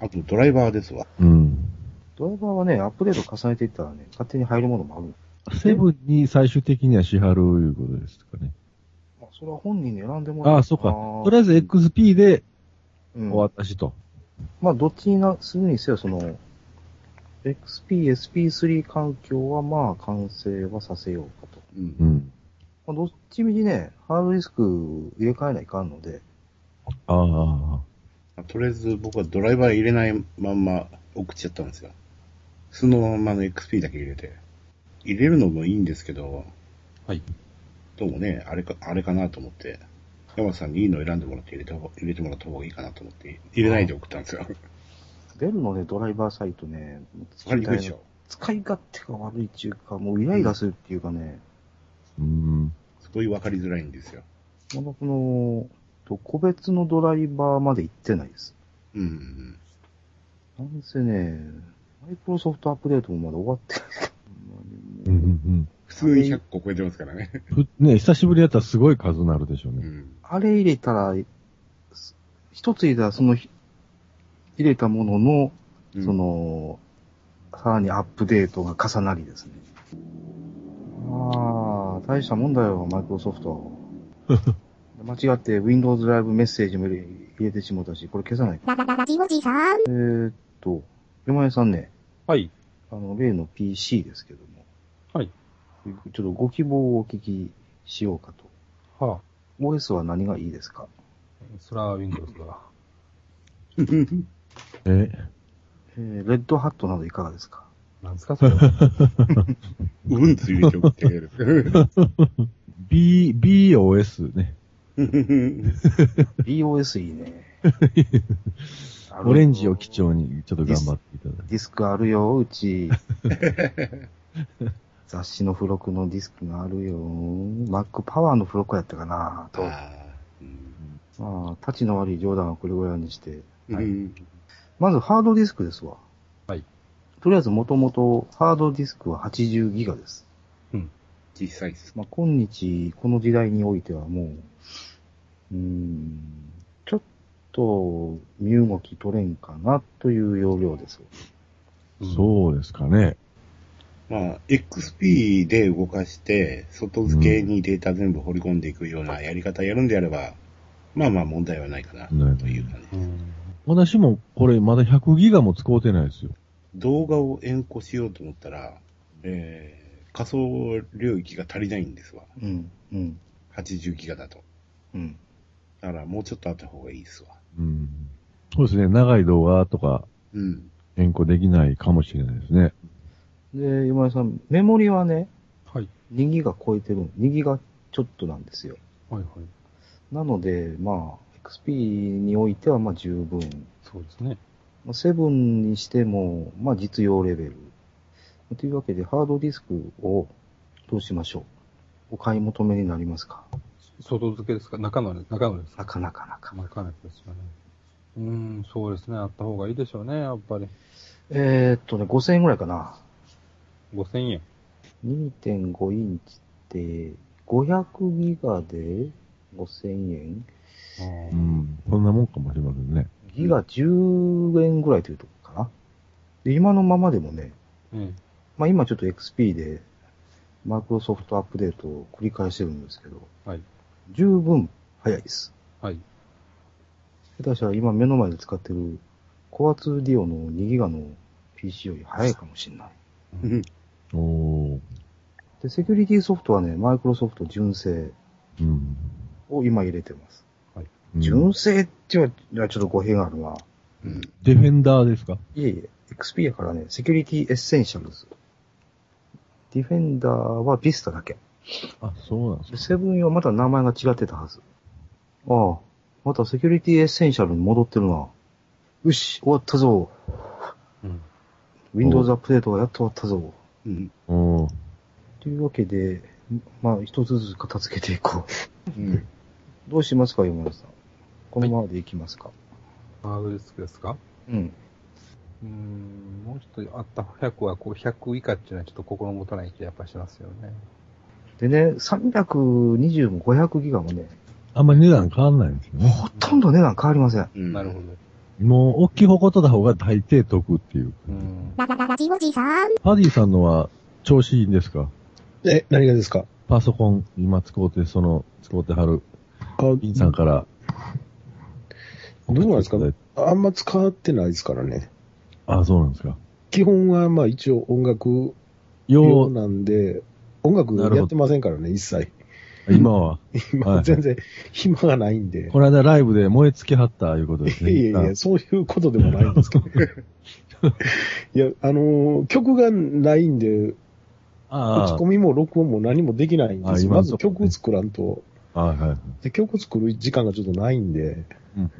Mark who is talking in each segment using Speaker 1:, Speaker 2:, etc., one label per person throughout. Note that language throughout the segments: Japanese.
Speaker 1: あとドライバーですわ。
Speaker 2: うん。
Speaker 3: ドライバーはね、アップデート重ねていったらね、勝手に入るものもある。
Speaker 2: セブンに最終的には支払ういうことですかね。
Speaker 3: まあ、それは本人に選んでもら
Speaker 2: ああ、そうか。とり
Speaker 3: あ
Speaker 2: あえず XP で
Speaker 3: えず、うん
Speaker 2: お渡しと。
Speaker 3: まあ、どっちになするにせよ、その、XP、SP3 環境はまあ、完成はさせようかと。
Speaker 1: うん。
Speaker 2: うん。
Speaker 3: まあ、どっちみちね、ハードディスク入れ替えないかんので、
Speaker 2: ああ。
Speaker 1: とりあえず僕はドライバー入れないまんま送っちゃったんですよ。そのまんまの XP だけ入れて。入れるのもいいんですけど、
Speaker 4: はい。
Speaker 1: どうもね、あれか、あれかなと思って、山田さんにいいの選んでもらって入れた方が、入れてもらった方がいいかなと思って、入れないで送ったんですよ。
Speaker 3: ベルのね、ドライバーサイトね、
Speaker 1: わかりにくいでしょ。
Speaker 3: 使い勝手が悪いっていうか、もうイライラするっていうかね、
Speaker 2: うん。
Speaker 1: すごいわかりづらいんですよ。
Speaker 3: まだこの、と個別のドライバーまで行ってないです。
Speaker 1: うんうんうん。
Speaker 3: なんせね、マイクロソフトアップデートもまだ終わってない。
Speaker 2: うんうん
Speaker 1: 普通に100個超えてますからね。
Speaker 2: うん。ふね、久しぶりやったらすごい数になるでしょう
Speaker 1: う
Speaker 2: ね。
Speaker 1: ん。
Speaker 3: あれ入れたら、す一つ入れたらそのひ、入れたものの、
Speaker 1: うん
Speaker 3: そ、の、さらにアップデートが重なりですね。ああ、大したもんだよ、マイクロソフト。間違って Windows ライブメッセージも入れ入れてしもたし、これ消さない。
Speaker 5: ララララジオジさん。
Speaker 3: えーっと、山根さんね、
Speaker 4: はい。
Speaker 3: あの、例の PC ですけども。
Speaker 4: はい。
Speaker 3: ちょっとご希望をお聞きしようかと。
Speaker 4: はあ。
Speaker 3: OS は何がいいですか
Speaker 4: そら Windows だ。
Speaker 2: え
Speaker 3: えー、レッドハットなどいかがですか
Speaker 4: なんですか、それは。
Speaker 1: うんつ入れて送ってくれる。
Speaker 2: B、BOS ね。
Speaker 3: ?BOS いいね。
Speaker 2: オレンジを基調にちょっと頑張っていただいて。
Speaker 3: ディスクあるよ、う ち。雑誌の付録のディスクがあるよ。Mac パワーの付録やったかなと。
Speaker 1: ああ。うん
Speaker 3: まあ、立ちの悪い冗談はこれぐらいにして。
Speaker 4: はい
Speaker 1: うん
Speaker 3: まずハードディスクですわ。
Speaker 4: はい。
Speaker 3: とりあえずもともとハードディスクは80ギガです。
Speaker 1: 実際です。
Speaker 3: まあ、今日、この時代においてはもう、うーん、ちょっと身動き取れんかなという要領です。
Speaker 2: そうですかね。
Speaker 1: まあ、XP で動かして、外付けにデータ全部掘り込んでいくようなやり方やるんであれば、まあまあ問題はないかな、
Speaker 2: ない
Speaker 1: という感じ。
Speaker 4: うん。
Speaker 2: 私もこれまだ100ギガも使うてないですよ。
Speaker 1: 動画を延行しようと思ったら、えー、仮想領域が足りないんですわ。
Speaker 3: うん、うん、
Speaker 1: 80ギガだと。
Speaker 3: うん。
Speaker 1: だからもうちょっとあった方がいいですわ。
Speaker 2: うん。そうですね。長い動画とか
Speaker 1: うん。
Speaker 2: 変更できないかもしれないですね。
Speaker 3: で、今井さん、メモリはね、
Speaker 4: はい。
Speaker 3: 2ギガ超えてる、2ギガちょっとなんですよ。
Speaker 4: はいはい。
Speaker 3: なので、まあ、XP においてはまあ十分。
Speaker 4: そうですね。
Speaker 3: まあセブンにしても、まあ実用レベル。というわけで、ハードディスクをどうしましょうお買い求めになりますか
Speaker 4: 外付けですか中の、中のです
Speaker 3: な
Speaker 4: か
Speaker 3: かなかなか。
Speaker 4: 中のやつですよね。うーん、そうですね。あった方がいいでしょうね、やっぱり。
Speaker 3: えー、っとね、5000円ぐらいかな。
Speaker 4: 5000円。
Speaker 3: 2.5インチって、500ギガで5000円
Speaker 4: あ
Speaker 2: う
Speaker 4: ー
Speaker 2: ん。こんなもんかもしれませんね。
Speaker 3: ギガ10円ぐらいというとこかな。で、今のままでもね、
Speaker 4: え
Speaker 3: まあ今ちょっと XP で、マイクロソフトアップデートを繰り返してるんですけど、
Speaker 4: はい
Speaker 3: 十分早いです。
Speaker 4: えはい。
Speaker 3: 下手したら今目の前で使ってる、コア2ディオの2ギガの PC より早いかもしれない。
Speaker 1: うん
Speaker 2: おー。
Speaker 3: で、セキュリティソフトはね、マイクロソフト純正
Speaker 2: うん。
Speaker 3: を今入れてま
Speaker 2: う
Speaker 3: す。
Speaker 2: ん
Speaker 3: 純正っていうのはちょっと語弊があるな。
Speaker 1: うん。
Speaker 2: ディフェンダーですか
Speaker 3: いえいえ、XP やからね、セキュリティエッセンシャルズ。ディフェンダーはビスタだけ。
Speaker 2: あ、そうなんです
Speaker 3: で
Speaker 2: か。
Speaker 3: セブン用はまた名前が違ってたはず。ああ、またセキュリティエッセンシャルに戻ってるな。よし、終わったぞ。
Speaker 4: うん。
Speaker 3: Windows アップデートがやっと終わったぞ。
Speaker 1: うん。
Speaker 2: おー。
Speaker 3: というわけで、まあ、一つずつ片付けていこ
Speaker 1: うん。
Speaker 3: う。どうしますか、山田さん。このままでいきますか。
Speaker 4: ハードディスクですか
Speaker 3: うん。
Speaker 4: うーん、もうちょっとあった100は、こう100以下っていうのはちょっと心もとない気がやっぱしますよね。
Speaker 3: でね、320も500ギガもね、
Speaker 2: あんまり値段変わんないんですよね。
Speaker 3: ほとんど値段変わりません。
Speaker 1: うん
Speaker 4: なるほど。
Speaker 2: もう、大きい方ことだ方が大抵得っていう。
Speaker 4: うん。
Speaker 5: ララララジオジさん。
Speaker 2: パディさんのは、調子いいんですか
Speaker 6: え、何がですか
Speaker 2: パソコン、今使うて、その、使うてはる、
Speaker 6: あ、ど
Speaker 2: インさんから。送って
Speaker 6: うなんですか
Speaker 2: い
Speaker 6: あんま使ってないですからね。
Speaker 2: ただいてあ、そうなんですか。
Speaker 6: 基本はまあ一応音楽
Speaker 2: よ
Speaker 6: 用
Speaker 2: う、
Speaker 6: なんで、音楽
Speaker 2: なるほど
Speaker 6: やってませんからね、一切。
Speaker 2: 今は、は
Speaker 6: 今
Speaker 2: い
Speaker 6: 全然暇がないんで。
Speaker 2: この間ライブで燃え尽きはったいうことですね。
Speaker 6: いやいやいや、そういうことでもないんで すけど。いや、あのー曲がないんで、打ち
Speaker 2: あ
Speaker 6: 込みも録音も何もできないんで
Speaker 2: あ
Speaker 6: すよ。
Speaker 2: 今
Speaker 6: ま
Speaker 2: の
Speaker 6: ず
Speaker 2: とこね
Speaker 6: 曲作らんと。
Speaker 2: あ、はいはい。
Speaker 6: で曲作る時間がちょっとないんで。
Speaker 2: うんうん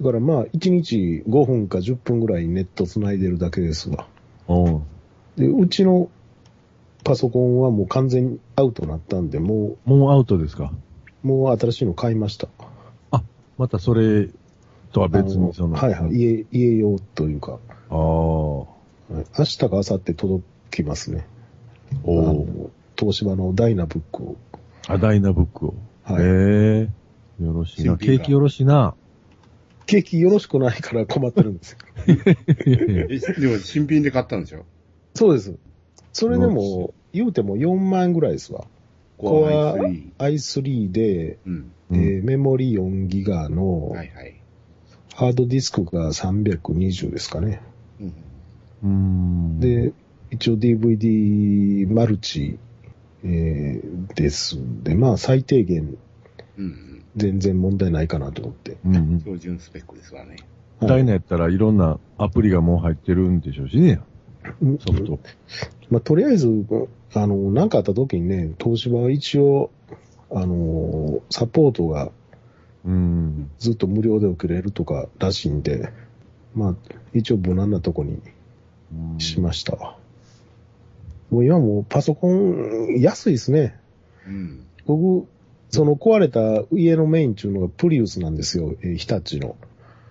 Speaker 6: だからまあ、1日5分か10分ぐらいネット繋いでるだけですわ。
Speaker 2: おう
Speaker 6: で、うちのパソコンはもう完全にアウトになったんで、も
Speaker 2: もうアウトですか
Speaker 6: う、もう新しいの買いました。
Speaker 2: またそれとは別にその。
Speaker 6: はいはい。。家、家用というか、
Speaker 2: ああ。お
Speaker 6: はい明日か明後日届きますね。あ
Speaker 2: お。
Speaker 6: の東芝のダイナブックを。
Speaker 2: あ、ダイナブックを。
Speaker 6: はい
Speaker 2: へえ。よろしいな。
Speaker 1: 新品
Speaker 2: 景
Speaker 1: が
Speaker 2: 気よろしいな。
Speaker 6: 景気よろしくないから困ってる んですよ。
Speaker 1: え、でも新品で買ったんでしょ
Speaker 6: そうです。それで
Speaker 2: よ
Speaker 6: も、言うても4万円ぐらいですわ。
Speaker 1: こ
Speaker 6: こ
Speaker 1: れ
Speaker 6: れ
Speaker 1: は
Speaker 6: は
Speaker 1: i3。
Speaker 6: i3 で、
Speaker 1: うん。
Speaker 6: えーメモリ4ギガの
Speaker 1: はいはい。
Speaker 6: ハードディスクが320ですかね。
Speaker 1: うん。
Speaker 2: うん。
Speaker 6: で、一応 DVD マルチ、えーですんで、まあ最低限
Speaker 1: うん
Speaker 6: 全然問題ないかなと思って。
Speaker 2: うんう
Speaker 1: うん。
Speaker 2: ん、
Speaker 1: 標準スペックですわね。
Speaker 6: はい
Speaker 2: ダイナやったらいろんなアプリがもう入ってるんでしょうしね、
Speaker 6: うん
Speaker 2: ソフト。
Speaker 6: まあとりあえず、あの、なんかあった時にね、東芝は一応、あの、サポートが
Speaker 2: うん。
Speaker 6: ずっと無料で受けれるとからしいんで、まあ、一応無難なとこに
Speaker 2: うん
Speaker 6: しましたわ。もう今もうパソコン安いですね。
Speaker 1: うん。
Speaker 6: 僕、その壊れた家のメインっていうのがプリウスなんですよ。えー日立の。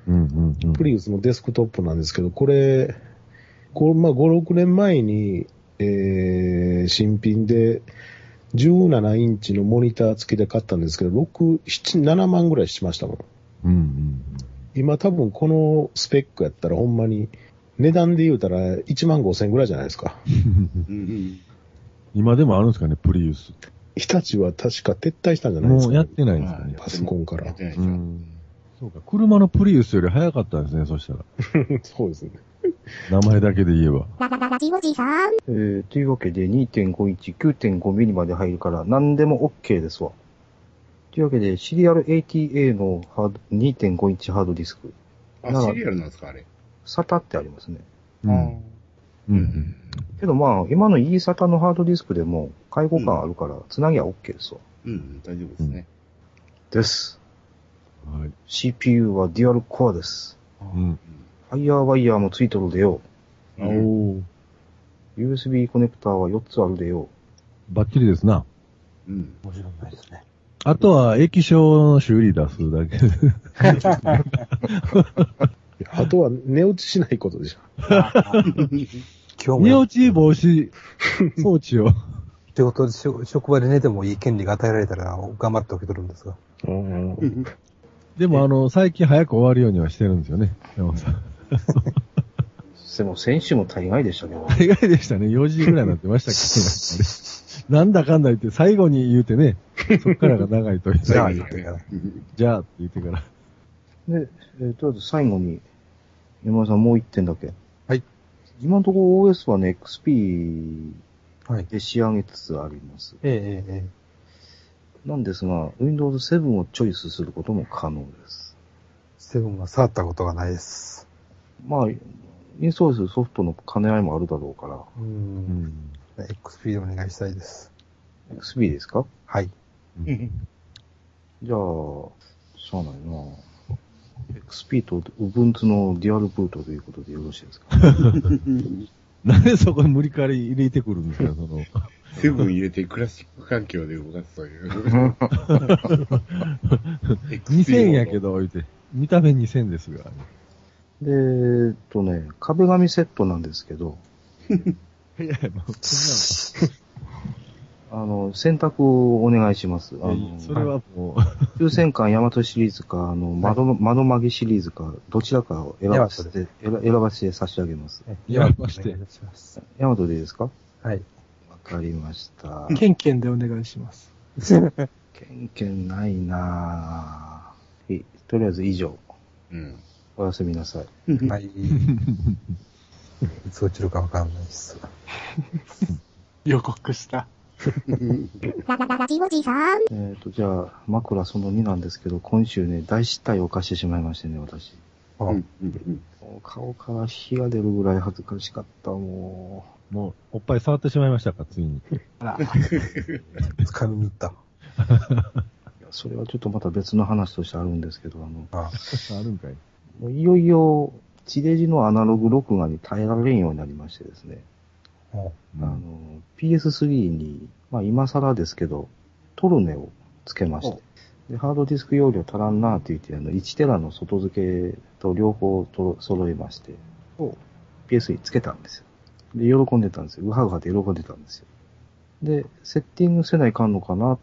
Speaker 2: うんうんうん。
Speaker 6: プリウスのデスクトップなんですけど、これ、これまあ5、6年前に、えー新品で17インチのモニター付きで買ったんですけど、6、7、7万ぐらいしましたもん。
Speaker 2: うんうん。
Speaker 6: 今多分このスペックやったらほんまに、値段で言うたら1万5千ぐらいじゃないですか。
Speaker 1: うんうん。
Speaker 2: 今でもあるんですかね、プリウス。
Speaker 6: 日立は確か撤退したんじゃないです
Speaker 2: もう
Speaker 6: か、
Speaker 2: やってないんですか
Speaker 1: はい
Speaker 2: ね。
Speaker 6: パソコンから
Speaker 1: やってないでし
Speaker 2: う
Speaker 1: ょ。
Speaker 2: ん。そうか、車のプリウスより早かったんですね、そしたら。
Speaker 6: そうですね。
Speaker 2: 名前だけで言えば。
Speaker 5: ララララジオジさん。
Speaker 3: えー、というわけで2.5インチ、9.5ミリまで入るから何でも OK ですわ。というわけで、シリアル ATA のハード2.5インチハードディスク、
Speaker 1: あ、シリアルなんですか、あれ。
Speaker 3: SATA ってありますね。
Speaker 2: うん。う。
Speaker 1: うんん。
Speaker 3: けどまあ、今の E サタのハードディスクでも開放感あるから、つなぎゃ OK ですわ。
Speaker 1: うん、大丈夫ですね。
Speaker 3: です。
Speaker 2: はい。
Speaker 3: CPU はデュアルコアです。
Speaker 2: うん。
Speaker 3: ファイヤーワイヤーもついとるでよ。
Speaker 1: うん
Speaker 2: おー。
Speaker 3: USB コネクターは4つあるでよ。
Speaker 2: バッチリですな。
Speaker 1: うん。
Speaker 4: 面白ないですね。
Speaker 2: あとは液晶の修理出すだけ。
Speaker 6: あとは寝落ちしないことでしょ。
Speaker 4: 今日
Speaker 2: 寝
Speaker 4: も、っ
Speaker 2: 落ち防止装置を。
Speaker 4: てことで、職職場で寝てもいい権利が与えられたら、頑張って起きとるんですが。
Speaker 2: でもあの、最近早く終わるようにはしてるんですよね。山本さん。
Speaker 3: でも先週も大概でしたけど。
Speaker 2: 大概でしたね。4時ぐらいになってましたけど、ね、なんだかんだ言って最後に言うてね、そっからが長いという。
Speaker 1: 最後に
Speaker 4: じゃあ言ってから
Speaker 1: うん
Speaker 2: じゃあって言ってから。
Speaker 3: で、えーとりあえず最後に、山田さんもう1点だけ。
Speaker 4: はい。
Speaker 3: 今のところ OS はね、XP
Speaker 4: はい。
Speaker 3: で仕上げつつあります。
Speaker 4: ええええええ。
Speaker 3: なんですが、Windows 7をチョイスすることも可能です。
Speaker 4: セブンは触ったことがないです。
Speaker 3: まあ、インストールするソフトの兼ね合いもあるだろうから、
Speaker 4: う。
Speaker 2: うんん。
Speaker 4: XP でお願いしたいです。
Speaker 3: XP ですか
Speaker 4: はい。
Speaker 3: じゃあ、しゃあないな XP と Ubuntu のデュアルブートということでよろしいですか
Speaker 2: なんでそこに無理かり入れてくるんですか、その。
Speaker 1: セブン入れてクラシック環境で動かすという。
Speaker 2: 2000やけど、言うて。見た目2000ですが。
Speaker 3: で、えーっとね、壁紙セットなんですけど、
Speaker 2: いやいや、もう、そんなの。
Speaker 3: あの、選択をお願いします。あの、
Speaker 2: それはも
Speaker 3: 抽選館大和シリーズか、あの、窓、窓曲げシリーズか、どちらかを選ばせて、選選ばせて差し上げます。
Speaker 2: やりまして
Speaker 4: お願いします
Speaker 3: 大和でいいですかわ
Speaker 4: はい。
Speaker 3: かりました。
Speaker 7: ケンケンでお願いし ます。
Speaker 3: けんけんないなぁ。はいとりあえず以上。
Speaker 1: うん。
Speaker 3: おやすみなさい。
Speaker 4: はい。いつ落ちるかわかんないです。
Speaker 7: 予告した。
Speaker 5: ララララジオジさん。
Speaker 3: えっ、と、じゃあ、枕その2なんですけど、今週ね、大失態を犯してしまいましてね、私。
Speaker 4: あ
Speaker 1: うん。うん。
Speaker 3: もう顔から火が出るぐらい恥ずかしかった、も
Speaker 2: う、もう、おっぱい触ってしまいましたか、ついに。
Speaker 7: あら、
Speaker 4: 掴みに行った。
Speaker 3: う。いやそれはちょっとまた別の話としてあるんですけど、あの、
Speaker 4: あ
Speaker 2: あるんかい。
Speaker 3: もういよいよ、地デジのアナログ録画に耐えられんようになりましてですね、
Speaker 4: も
Speaker 3: あの、PS3 に、まあ今更ですけど、トルネをつけまして、で、ハードディスク容量足らんなって言って、あの、1テラの外付けと両方とろ揃えまして、PS につけたんですよ。で、喜んでたんですよ。うはうはで喜んでたんですよ。で、セッティングせないかんのかな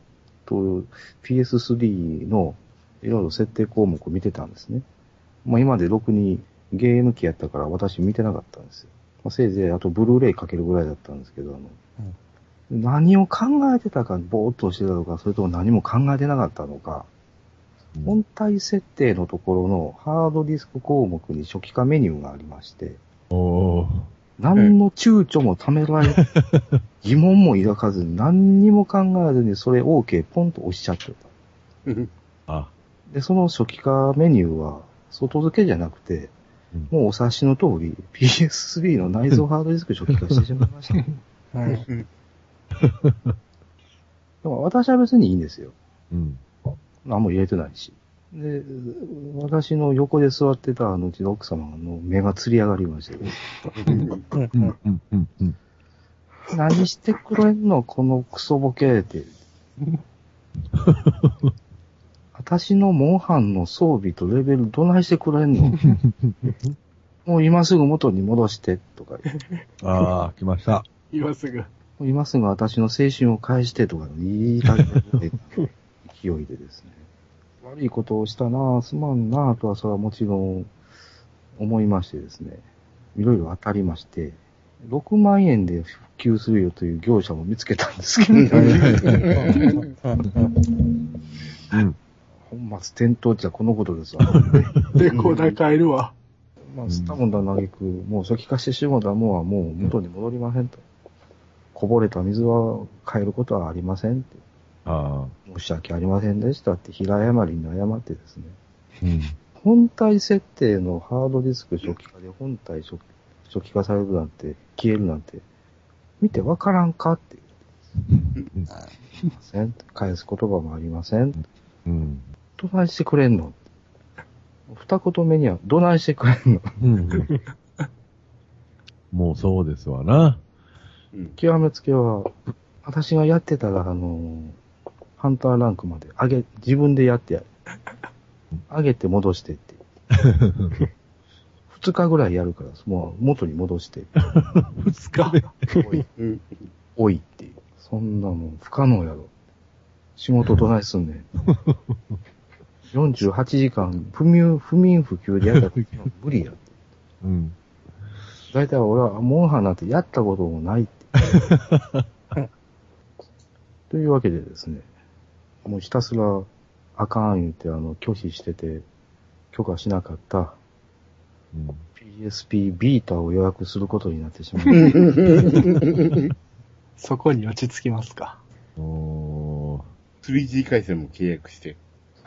Speaker 3: と、PS3 のいろいろ設定項目を見てたんですね。まあ今までろくにゲーム機やったから私見てなかったんですよ。まあ、せいぜいあとブルーレイかけるぐらいだったんですけど、あの、何を考えてたか、ぼーっとしてたのか、それとも何も考えてなかったのか、
Speaker 2: うん
Speaker 3: 本体設定のところのハードディスク項目に初期化メニューがありまして、
Speaker 2: おー。
Speaker 3: 何の躊躇もためら れ、疑問も抱かずに、何にも考えずに、それ OK ポンと押しちゃってた。
Speaker 1: うん。
Speaker 2: あ、
Speaker 3: で、その初期化メニューは、外付けじゃなくて
Speaker 2: うん、
Speaker 3: もうお察しの通り、PS3 の内蔵ハードディスク初期化してしまいました。で
Speaker 4: う、はい。
Speaker 3: も私は別にいいんですよ。
Speaker 2: うん。
Speaker 3: 何も入れてないし。で、私の横で座ってたあのうちの奥様の目がつり上がりまして、
Speaker 2: うん、うん、うん、うん。
Speaker 3: 何してくれんのこのクソボケって。私のモンハンの装備とレベルどないしてくれんのもう今すぐ元に戻して、とか言う。
Speaker 2: あー、来ました。
Speaker 7: 今すぐ。
Speaker 3: もう今すぐ私の青春を返して、とか言いたくなる勢いでですね。悪いことをしたなぁ、すまんなぁとはそれはもちろん思いましてですね。いろいろ当たりまして、6万円で復旧するよという業者も見つけたんですけど、
Speaker 2: うん。
Speaker 3: 本末転倒っちゃこのことですわ。ま
Speaker 7: レコーダー変えるわ。
Speaker 3: あ、スタモンだ嘆く、もう初期化してしもうたもんはもう元に戻りませんと。こぼれた水は変えることはありませんって。
Speaker 2: あ
Speaker 3: 申し訳ありませんでしたって平謝りに謝ってですね。
Speaker 2: ー、うん。
Speaker 3: 本体設定のハードディスク初期化で本体初初期化されるなんて、消えるなんて、見てわからんかって言って。すいません。返す言葉もありません。
Speaker 2: うん。
Speaker 3: どないしてくれんの二言目には、どないしてくれんの
Speaker 2: うん。もうそうですわな。
Speaker 3: 極めつけは、私がやってたら、あの、ハンターランクまで上げ、自分でやってやる。上げて戻してって。二日ぐらいやるから、もう元に戻して、
Speaker 7: 二日。
Speaker 1: うん。
Speaker 3: おいっていう。そんなもん不可能やろ。仕事どないすんねん。48時間、不眠、不眠不休でやったら無理や。
Speaker 2: うん。
Speaker 3: 大体俺はモンハンなんてやったこともないって。というわけでですね、もうひたすらあかん言ってあの拒否してて、許可しなかった
Speaker 2: うん
Speaker 3: PSP ビータを予約することになってしまいました。
Speaker 7: そこに落ち着きますか。
Speaker 2: おー
Speaker 1: 3G 回線も契約して。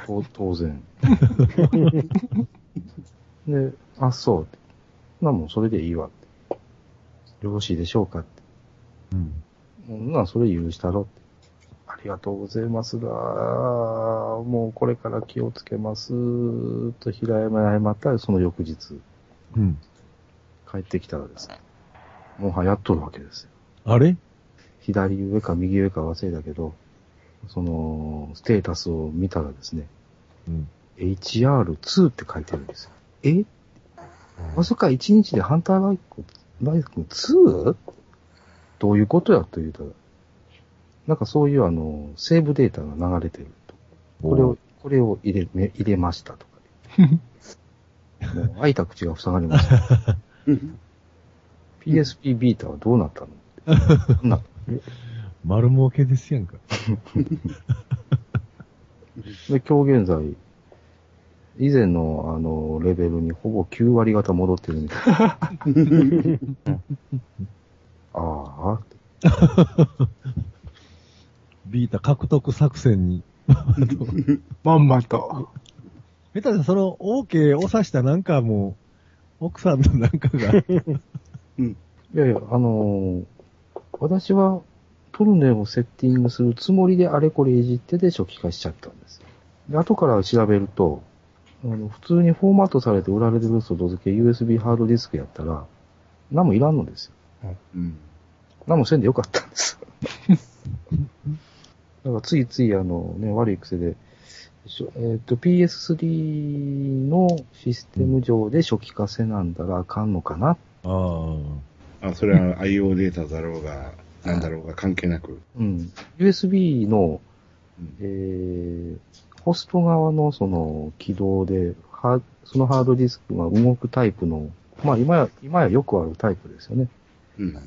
Speaker 3: 当当然。 で、あ、そうって。な、もうそれでいいわって。よろしいでしょうかって。
Speaker 2: うん。
Speaker 3: もうな、それ許したろって。ありがとうございますが、もうこれから気をつけます、と平山に謝ったら、その翌日、
Speaker 2: うん。
Speaker 3: 帰ってきたらですね、もう流行っとるわけですよ。
Speaker 2: あれ
Speaker 3: 左上か右上か忘れたけど、その、ステータスを見たらですね、
Speaker 2: うん。
Speaker 3: HR2 って書いてあるんですよ。えまさか1日でハンターライク、ライク 2? どういうことやと言うたら、なんかそういうあの、セーブデータが流れてると。これを、これを入れ、め入れま したとか。もう開いた口が塞がりま した。PSP ビータはどうなったの どんな
Speaker 2: 丸儲けですやんか。
Speaker 3: で、今日現在、以前のあの、レベルにほぼ9割方戻ってるみたいな。ああ、
Speaker 2: ビータ獲得作戦 に。
Speaker 7: まんまと。
Speaker 2: 下手でその OK を指したなんかもう、奥さんのなんかが、
Speaker 3: いやいや、あのー私はトルネをセッティングするつもりであれこれいじってで初期化しちゃったんですよ。で、後から調べると、あの普通にフォーマットされて売られてる外付け USB ハードディスクやったら、何もいらんのですよ。
Speaker 1: うん。
Speaker 3: 何もせんでよかったんです。 だからついついあのね、悪い癖で、しょえっ、と PS3 のシステム上で初期化せなんだらあかんのかな
Speaker 2: ああ、
Speaker 1: あ、それは IO データだろうが、なんだろうが関係なく。
Speaker 3: うん。USB の
Speaker 1: うん、
Speaker 3: えー、ホスト側のその起動で、ハーそのハードディスクが動くタイプの、まあ今や、今やよくあるタイプですよね。
Speaker 1: うん。
Speaker 3: そ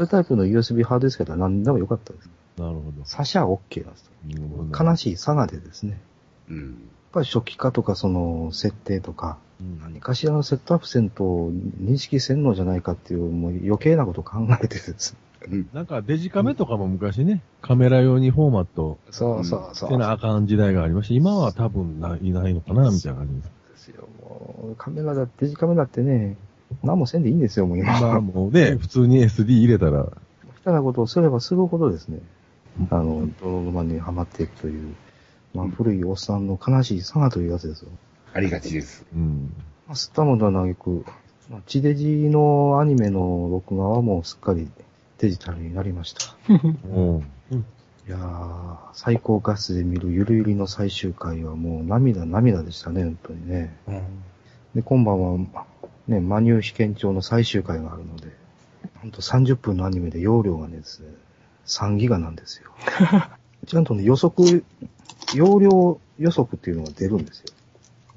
Speaker 3: ういうタイプの USB ハードディスクやったら何でもよかったです。
Speaker 2: なるほ
Speaker 3: サシャは OK なんです。
Speaker 2: ど。
Speaker 3: 悲しい佐賀でですね。や
Speaker 1: う
Speaker 3: っ
Speaker 1: ん。
Speaker 3: ぱり初期化とかその設定とか、
Speaker 2: うん
Speaker 3: 何かしらのセットアップせんと認識せんのじゃないかっていう、もう余計なことを考 えてですね。
Speaker 2: なんかデジカメとかも昔ね、カメラ用にフォーマット
Speaker 3: そうそうそ
Speaker 2: せなあかん時代がありました。今は多分ないないのかな、みたいな感じです。
Speaker 3: ですよ。もうカメラだ、デジカメだってね、何もせんでいいんですよ、もう今。
Speaker 2: まあもうね、普通に SD 入れたら、
Speaker 3: 下手なことをすればするほどですね、あの、泥沼にはまっていくという、まあ、古いおっさんの悲しいさがというやつですよ。
Speaker 1: ありがちです。
Speaker 2: うん。
Speaker 3: まあ、吸ったものは嘆く、まあ、地デジのアニメの録画はもうすっかりデジタルになりました。
Speaker 2: も
Speaker 3: いやー、最高画質で見るゆるゆりの最終回はもう涙涙でしたね、本当にね。で、今晩は、ね、マニュー被験帳の最終回があるので、ほんと30分のアニメで容量がね、ですね3ギガなんですよ。ちゃんとね、予測、容量予測っていうのが出るんですよ。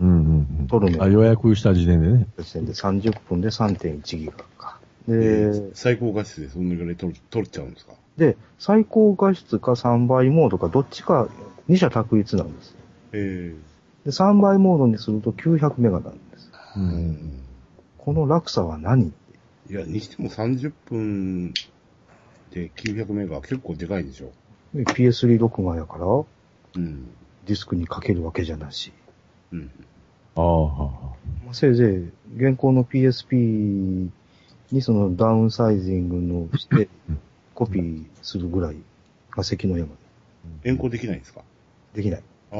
Speaker 2: う、うんうん
Speaker 3: 撮る
Speaker 2: うん。あ、
Speaker 3: の
Speaker 2: 予約した時点でね。
Speaker 3: 時点で30分で3.1ギガか。で、
Speaker 1: 最高画質でそんなぐらい取る取っちゃうんですか
Speaker 3: で、最高画質か3倍モードかどっちか2者択一なんですよ。
Speaker 1: え
Speaker 3: で、3倍モードにすると900メガなんです。
Speaker 2: う
Speaker 1: え
Speaker 2: ん。
Speaker 3: この落差は何
Speaker 1: いや、にしても30分で900メガ結構でかいでしょ。
Speaker 3: で ?PS3 録画やから
Speaker 1: うん。
Speaker 3: ディスクにかけるわけじゃなし。
Speaker 1: うん。
Speaker 2: ああ、は
Speaker 3: まあ、せいぜい、現行の PSP にそのダウンサイジングの して
Speaker 2: うん、
Speaker 3: コピーするぐらいが関の山
Speaker 1: 変更できないんですか
Speaker 3: できない。
Speaker 1: あ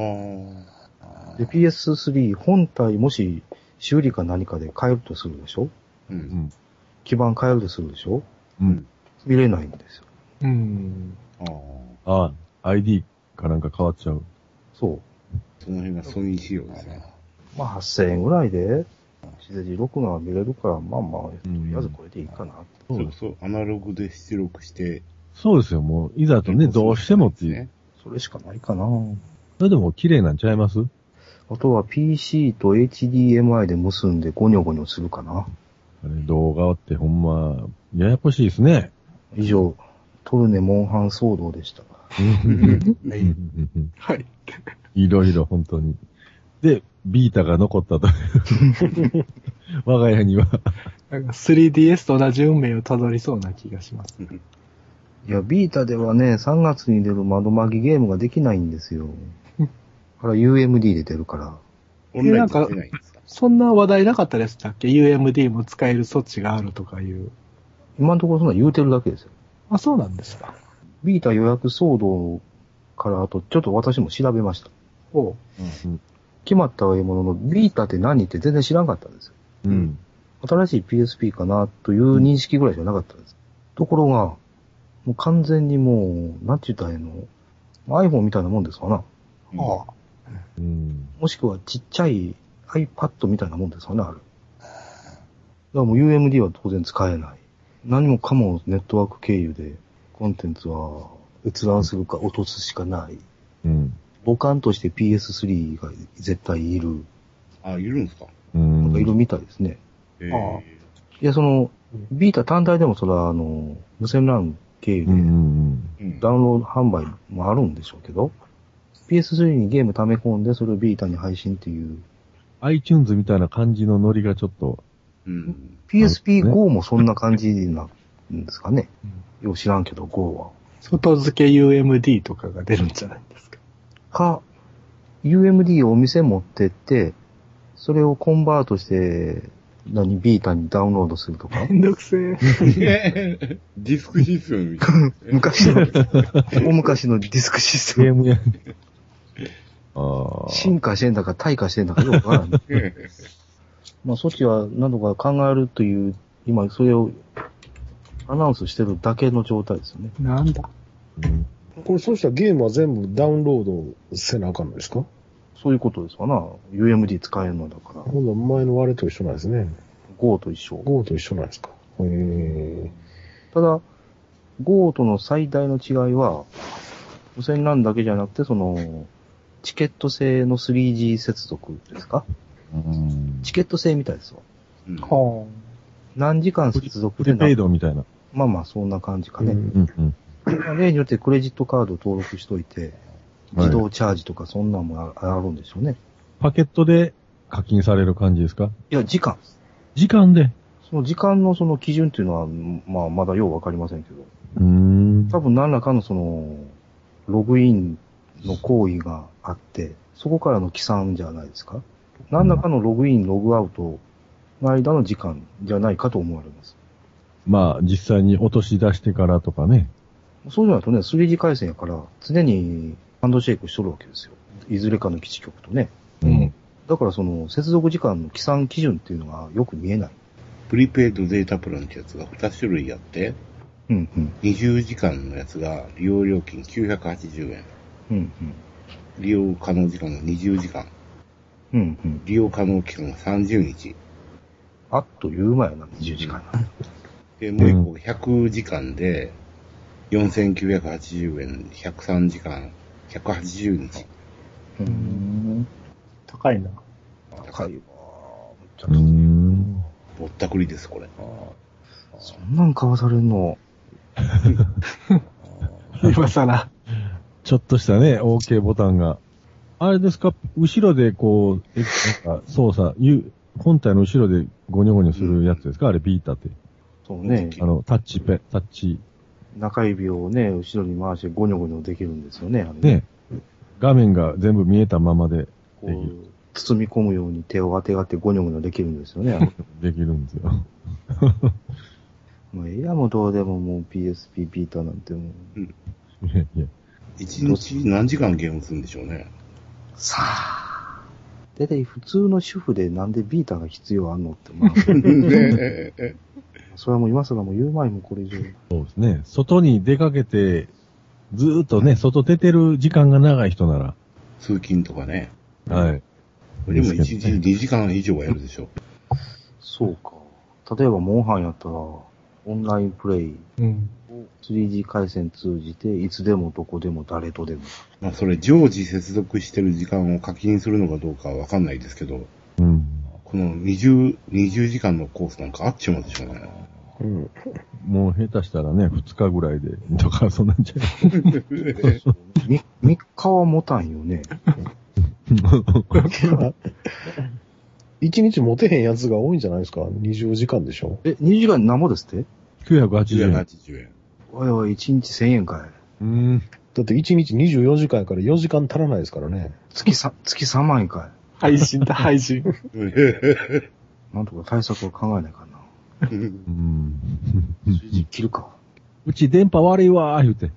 Speaker 1: あ。
Speaker 3: で、PS3 本体もし修理か何かで変えるとするでしょ
Speaker 1: う。
Speaker 2: あ。うんん。
Speaker 3: 基板変えるとするでしょ
Speaker 2: うん。
Speaker 3: 見れないんですよ。
Speaker 7: うん。
Speaker 1: ああ。
Speaker 2: ああ、ID かなんか変わっちゃう。
Speaker 3: そう。
Speaker 1: その辺がソニー仕様ですね。
Speaker 3: まあ、8000円ぐらいで、自然録画が見れるから、まあまあ、と
Speaker 2: うん
Speaker 3: りあえずこれでいいかな。
Speaker 1: そ
Speaker 2: そうう
Speaker 1: そ
Speaker 2: で
Speaker 1: う
Speaker 2: す。
Speaker 1: アナログで出力して。
Speaker 2: そうですよ、もう。いざとね、どうしてもっていう。。
Speaker 3: それしかないかな。
Speaker 2: それでも綺麗なんちゃいます
Speaker 3: あとは PC と HDMI で結んでゴニョゴニョするかな。
Speaker 2: あれ動画ってほんま、ややこしいですね。
Speaker 3: 以上、トルネモンハン騒動でした。
Speaker 2: うんうんうん
Speaker 7: はい。
Speaker 2: いろいろ、本当に。で、ビータが残ったという。我が家には。
Speaker 7: なんか 3DS と同じ運命をたどりそうな気がします。
Speaker 3: いや、ビータではね、3月に出る窓マギゲームができないんですよ。あら、UMD で出るから。
Speaker 1: オンラインで出ないんですか
Speaker 7: そんな話題なかったでしたっけ ?UMD も使える措置があるとかいう。
Speaker 3: 今のところそんな言うてるだけですよ。
Speaker 7: あ、そうなんですか。
Speaker 3: ビータ予約騒動からあと、ちょっと私も調べました。
Speaker 7: おう
Speaker 3: 決まったはいいものの、ビータって何って全然知らんかったんですよ。
Speaker 2: うん。
Speaker 3: 新しい PSP かなという認識ぐらいしかなかったんです。ところが、もう完全にもう、なんて言ったらいいの ?iPhone みたいなもんですかな
Speaker 7: ああ。
Speaker 2: うん。
Speaker 3: もしくはちっちゃい iPad みたいなもんですかね、あれ。だからもう UMD は当然使えない。何もかもネットワーク経由でコンテンツは OK 閲覧するか落とすしかない。
Speaker 2: うん。
Speaker 3: 母艦として PS3 が絶対いる。
Speaker 1: あ、いるんですか
Speaker 2: うん。
Speaker 3: なんかいるみたいですね。
Speaker 1: えー、
Speaker 4: あ
Speaker 3: いや、その、ビータ単体でもそれは、あの、無線 LAN 経由
Speaker 2: う
Speaker 3: で
Speaker 2: んうん
Speaker 1: うん
Speaker 3: ダウンロード販売もあるんでしょうけど、PS3 にゲーム溜め込んで、それをビータに配信っていう、
Speaker 2: うん。iTunes みたいな感じのノリがちょっと、
Speaker 1: うん。
Speaker 3: PSP-GO もそんな感じなんですかね。よう知らんけど、GO は。
Speaker 7: 外付け UMD とかが出るんじゃないですか。
Speaker 3: か、UMD をお店持ってって、それをコンバートして、何、ビータにダウンロードするとか
Speaker 7: めんどくせえ。
Speaker 1: ディスクシステムみたいな。
Speaker 3: 昔の、大昔のディスクシステ
Speaker 2: ゲー
Speaker 3: ム。
Speaker 2: ムや。ああ。
Speaker 3: 進化してんだか退化してんだかよくわからん。
Speaker 1: ええ
Speaker 3: まあ、そっちは何度か考えるという、今それをアナウンスしてるだけの状態ですよね。
Speaker 7: なんだ。
Speaker 2: うん
Speaker 6: これ、そうしたらゲームは全部ダウンロードせなあかんのですか
Speaker 3: そういうことですかな。UMD 使えるのだから、
Speaker 6: ほんなら前のあれと一緒なんですね。
Speaker 3: GO と一緒。
Speaker 6: GO と一緒なんですか。へえ。
Speaker 3: ただ、GO との最大の違いは、無線 LAN だけじゃなくて、その、チケット制の 3G 接続ですか
Speaker 2: うん。
Speaker 3: チケット制みたいですわ。
Speaker 1: うん
Speaker 7: は
Speaker 3: 何時間接続
Speaker 2: プ
Speaker 3: で
Speaker 2: リ
Speaker 3: な
Speaker 2: ペイドみたいな。
Speaker 3: まあまあ、そんな感じかね。
Speaker 6: うん
Speaker 2: うんうん。
Speaker 3: まあ例によってクレジットカード登録しといて、
Speaker 2: はい
Speaker 3: 自動チャージとかそんなんもああるんでしょうね。
Speaker 2: パケットで課金される感じですか
Speaker 3: いや、時間。
Speaker 2: 時間で。
Speaker 3: その時間のその基準っていうのは、まあ、まだようわかりませんけど、
Speaker 2: うーん。
Speaker 3: 多分何らかのその、ログインの行為があって、そこからの起算じゃないですか何らかのログイン、ログアウトの間の時間じゃないかと思われます。
Speaker 2: まあ、実際に落とし出してからとかね。
Speaker 3: そうじゃないとね、3G 回線やから、常にハンドシェイクしとるわけですよ。いずれかの基地局とね。
Speaker 7: うん。
Speaker 3: だからその、接続時間の起算基準っていうのがよく見えない。
Speaker 1: プリペイドデータプランってやつが2種類あって、
Speaker 3: うんうん。
Speaker 1: 20時間のやつが利用料金980円。
Speaker 3: うん
Speaker 1: 利用可能時間が20時間。
Speaker 3: うん。うんうん。
Speaker 1: 利用可能期間が30日。
Speaker 3: あっという間やな、20時間。
Speaker 1: で、もう一個が100時間で、4980円、103時間、180日。
Speaker 3: うん。
Speaker 7: 高いな。
Speaker 3: 高いわ。めっちゃ
Speaker 2: うーん。
Speaker 1: ぼったくりです、これ。
Speaker 3: そんなん買わされんの。
Speaker 7: 今更。
Speaker 2: ちょっとしたね、OK ボタンが。あれですか後ろでこう、えなんか操作、ゆ本体の後ろでゴニョゴニョするやつですか、あれビータって。
Speaker 3: そうね。
Speaker 2: あの、タッチペ、タッチ、
Speaker 3: 中指をね、後ろに回してゴニョゴニョできるんですよね。あれ
Speaker 2: ね。画面が全部見えたままで
Speaker 3: こう、包み込むように手を当てがってゴニョゴニョできるんですよね。あれ
Speaker 2: できるんですよ。
Speaker 3: もうええやもうどうでももう PSP ビータなんてもう、
Speaker 2: いやいや
Speaker 1: 1日何時間ゲームするんでしょうね。
Speaker 3: さあ。だいたい普通の主婦でなんでビータが必要あんのって、まあ、
Speaker 1: ねえ
Speaker 3: それはもう今更もう言う前にもこれ以上。
Speaker 2: そうですね。外に出かけて、ずーっとね、外出てる時間が長い人な
Speaker 1: 通勤とかね。
Speaker 2: ら。はい。
Speaker 1: でも1
Speaker 2: です
Speaker 1: 日
Speaker 2: けどね
Speaker 1: 2時間以上はやるでしょ。
Speaker 3: そうか。例えばモンハンやったら、オンラインプレイ、
Speaker 7: うん。
Speaker 3: 3G 回線通じて、いつでもどこでも誰とでも。
Speaker 1: まあそれ常時接続してる時間を課金するのかどうかはわかんないですけど、
Speaker 2: うん。
Speaker 1: この20、20時間のコースなんかあっちゅうもんでしょうね。
Speaker 6: うん。
Speaker 2: もう下手したらね、2日ぐらいで、とか、そんなんじゃない。
Speaker 3: み3日は持たんよね。
Speaker 6: 一日持てへんやつが多いんじゃないですか ?20 時間でしょ
Speaker 3: え、2時間なんぼですって
Speaker 2: 980円。
Speaker 1: 980円。
Speaker 3: おいおい、1日1000円か
Speaker 2: う
Speaker 3: い。
Speaker 2: ん。
Speaker 6: だって一日24時間やから4時間足らないですからね。
Speaker 3: 月さ、月3万円か
Speaker 7: 配信だ、配信。
Speaker 3: い。なんとか対策を考えないかな。
Speaker 2: うん。
Speaker 3: 3G 切るか。
Speaker 2: うち電波悪いわー、言う て。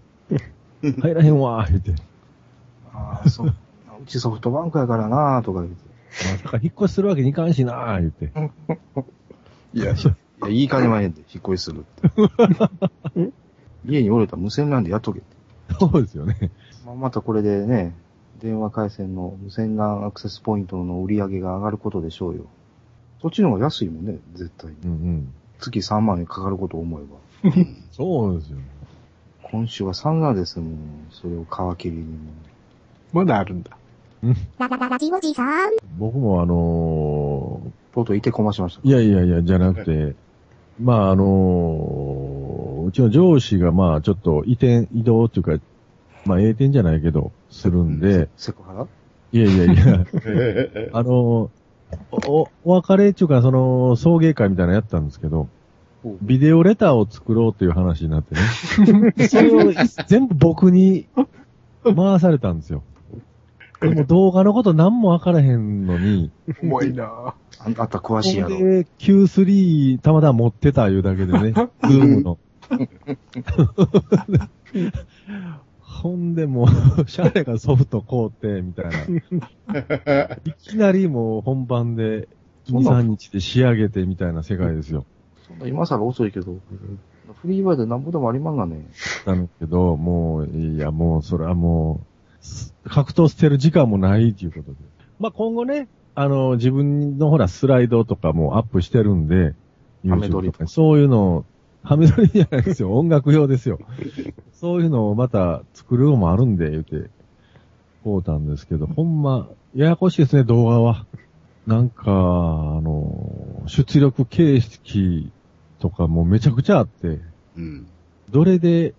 Speaker 2: 入らへんわー、言うて。
Speaker 3: ああ、そう。うちソフトバンクやからなとか言って。
Speaker 2: まさか引っ越しするわけにいかんしなー、言うて。
Speaker 3: いや、いや、いい金はええんで、引っ越しする って。家におれたら無線なんでやっとけって。
Speaker 2: そうですよね。
Speaker 3: まあ、またこれでね、電話回線の無線 LAN アクセスポイントの売り上げが上がることでしょうよ。そっちの方が安いもんね、絶対に。
Speaker 2: うんうん。
Speaker 3: 月3万円かかることを思えば。
Speaker 2: そうですよ。
Speaker 3: 今週は散々ですもん。それを皮切りにも。
Speaker 7: まだあるんだ。
Speaker 5: ララララジオジさーん。
Speaker 2: 僕もあの
Speaker 3: とうとういてこましました。
Speaker 2: ーいやいやいや、じゃなくて、まああのーうちの上司がまあちょっと移転、移動っていうか、まあ栄転じゃないけど、するんで、
Speaker 3: セクハラ
Speaker 2: いやいやいや、
Speaker 1: え
Speaker 2: あのーお、お別れっていうか、その、送迎会みたいなのやったんですけど、ビデオレターを作ろうという話になって ね。それを全部僕に回されたんです よ。でも動画のこと何もわからへんのに、
Speaker 7: 重いな
Speaker 3: あんあった詳
Speaker 2: ほん
Speaker 3: しいやろ。
Speaker 2: で Q3 たまたま持ってたいうだけでね、ズームの。 ほんでもう、シャレがソフト買うて、みたいな。いきなりもう本番で、
Speaker 3: そ
Speaker 2: 2、
Speaker 3: んな
Speaker 2: 3日で仕上げてみたいな世界ですよ。
Speaker 3: そんな今更遅いけど、フリーバイでなんぼでもありまんがね。
Speaker 2: なのけど、もう、いや、もう、それはもうす、格闘してる時間もないということで。まあ、今後ね、あの、自分のほら、スライドとかもアップしてるんで、
Speaker 3: ハメ撮り
Speaker 2: YouTube とかにそういうのを、ハメ撮りじゃないですよ。 音楽用ですよ。そういうのをまた作るのもあるんで、言うて、こうたんですけど、ほんま、ややこしいですね、動画は。なんか、あの、出力形式とかもめちゃくちゃあって、
Speaker 1: うん。
Speaker 2: どれで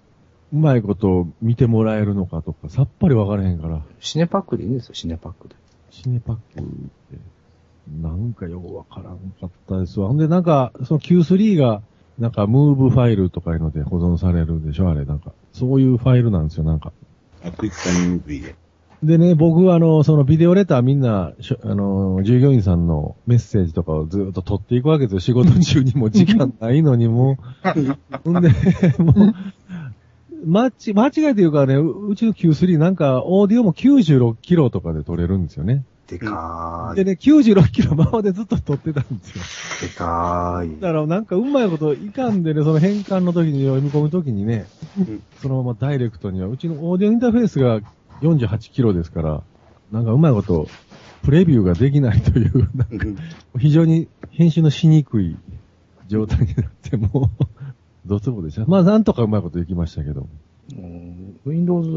Speaker 2: うまいこと見てもらえるのかとか、さっぱりわからへんから、
Speaker 3: シネパックでいいんですよ、シネパックで。
Speaker 2: シネパックって、なんかようわからんかったですわ。ほんで、なんか、その Q3 が、なんか、ムーブファイルとかいうので保存されるでしょあれ、なんか。そういうファイルなんですよ、なんか。
Speaker 1: あ、クイックタイムムービーで。
Speaker 2: でね、僕はあの、そのビデオレターみんな、しょあの、従業員さんのメッセージとかをずっと取っていくわけですよ。仕事中にも時間ないのにもう。んで、もう、間ち間違いというかね、ううちの Q3 なんか、オーディオも96キロとかで撮れるんですよね。
Speaker 3: でかー
Speaker 2: で
Speaker 3: い。
Speaker 2: ね、96キロままでずっと撮ってたんですよ。
Speaker 3: でかーい。
Speaker 2: だからなんかうまいこといかんでね、その変換の時に読み込む時にね
Speaker 1: うん、
Speaker 2: そのままダイレクトには、うちのオーディオインターフェースが48キロですから、なんかうまいこと、プレビューができないという、なんか非常に編集のしにくい状態になって、もう、ドツボでした。まあなんとかうまいこといきましたけど。
Speaker 3: うん Windows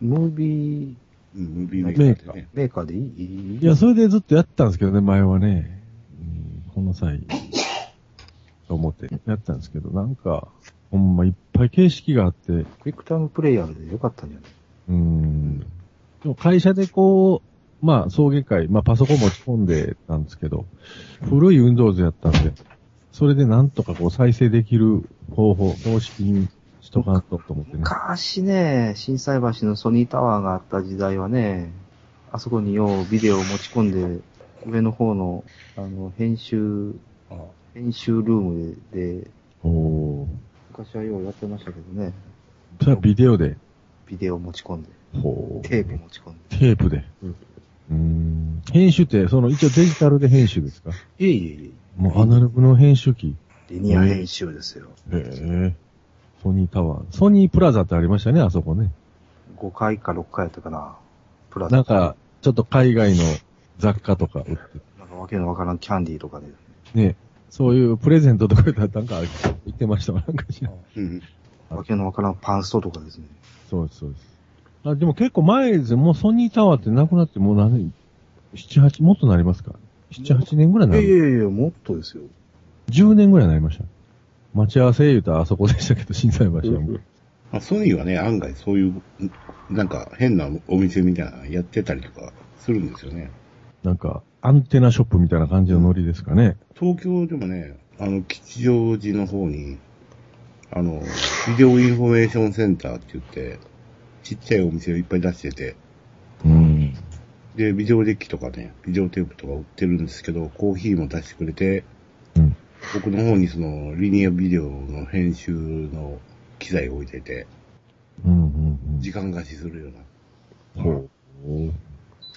Speaker 3: ムービー
Speaker 1: うん、ムービーメーカーでね。
Speaker 3: メーカーでいい
Speaker 2: いや、それでずっとやってたんですけどね、前はね。うんこの際、と思ってやってたんですけど、なんか、ほんまいっぱい形式があって、
Speaker 3: クイックタイムプレイヤーでよかったんじゃないう
Speaker 2: ーん。でも会社でこう、まあ、送迎会、まあ、パソコン持ち込んでたんですけど、古い Windows やったんで、それでなんとかこう再生できる方法、方式にしとかんとと思ってね。
Speaker 3: 昔ね、震災橋のソニータワーがあった時代はね、あそこにようビデオを持ち込んで、上の方の、あの、編集、
Speaker 4: ああ
Speaker 3: 編集ルームで、で
Speaker 2: おー。
Speaker 3: 昔はようやってましたけどね、
Speaker 2: それはビデオで。
Speaker 3: ビデオ持ち込んで、
Speaker 2: ほー。
Speaker 3: テープ持ち込んで。
Speaker 2: テープで。
Speaker 3: う
Speaker 2: うんーん。編集って、その一応デジタルで編集ですか
Speaker 3: いえいえい
Speaker 2: もうアナログの編集機。
Speaker 3: え、リニア編集ですよ。
Speaker 2: へえ。ソニータワー。ソニープラザってありましたね、あそこね。
Speaker 3: 5回か6回やったかな。プラス
Speaker 2: なん、か、ちょっと海外の雑貨とか売って
Speaker 3: なんかわけのわからんキャンディーとかで。
Speaker 2: ね、そういうプレゼントとかだったらなんか言ってましたわなんかしら
Speaker 1: うん。
Speaker 3: わけのわからんパンストとかですね。
Speaker 2: そうです、そうです。あでも結構前ですよ。もうソニータワーってなくなってもう何、七八もっとなりますか七八年ぐらい
Speaker 3: い
Speaker 2: に
Speaker 3: や
Speaker 2: ないる。
Speaker 3: やいや、もっとですよ。
Speaker 2: 10年ぐらいになりました。待ち合わせ言うたらあそこでしたけど、震災橋はもう。
Speaker 1: まあ、ソニーはね、案外そういう、んなんか変なお店みたいなのやってたりとかするんですよね。
Speaker 2: なんか、アンテナショップみたいな感じのノリですかね。
Speaker 1: 東京でもね、あの、吉祥寺の方に、あの、ビデオインフォメーションセンターって言って、ちっちゃいお店をいっぱい出してて、
Speaker 2: うん。
Speaker 1: で、ビデオデッキとかね、ビデオテープとか売ってるんですけど、コーヒーも出してくれて、
Speaker 2: うん
Speaker 1: 僕の方にその、リニアビデオの編集の機材を置いてて、
Speaker 2: うんうんうん。
Speaker 1: 時間貸しするような。
Speaker 2: ほう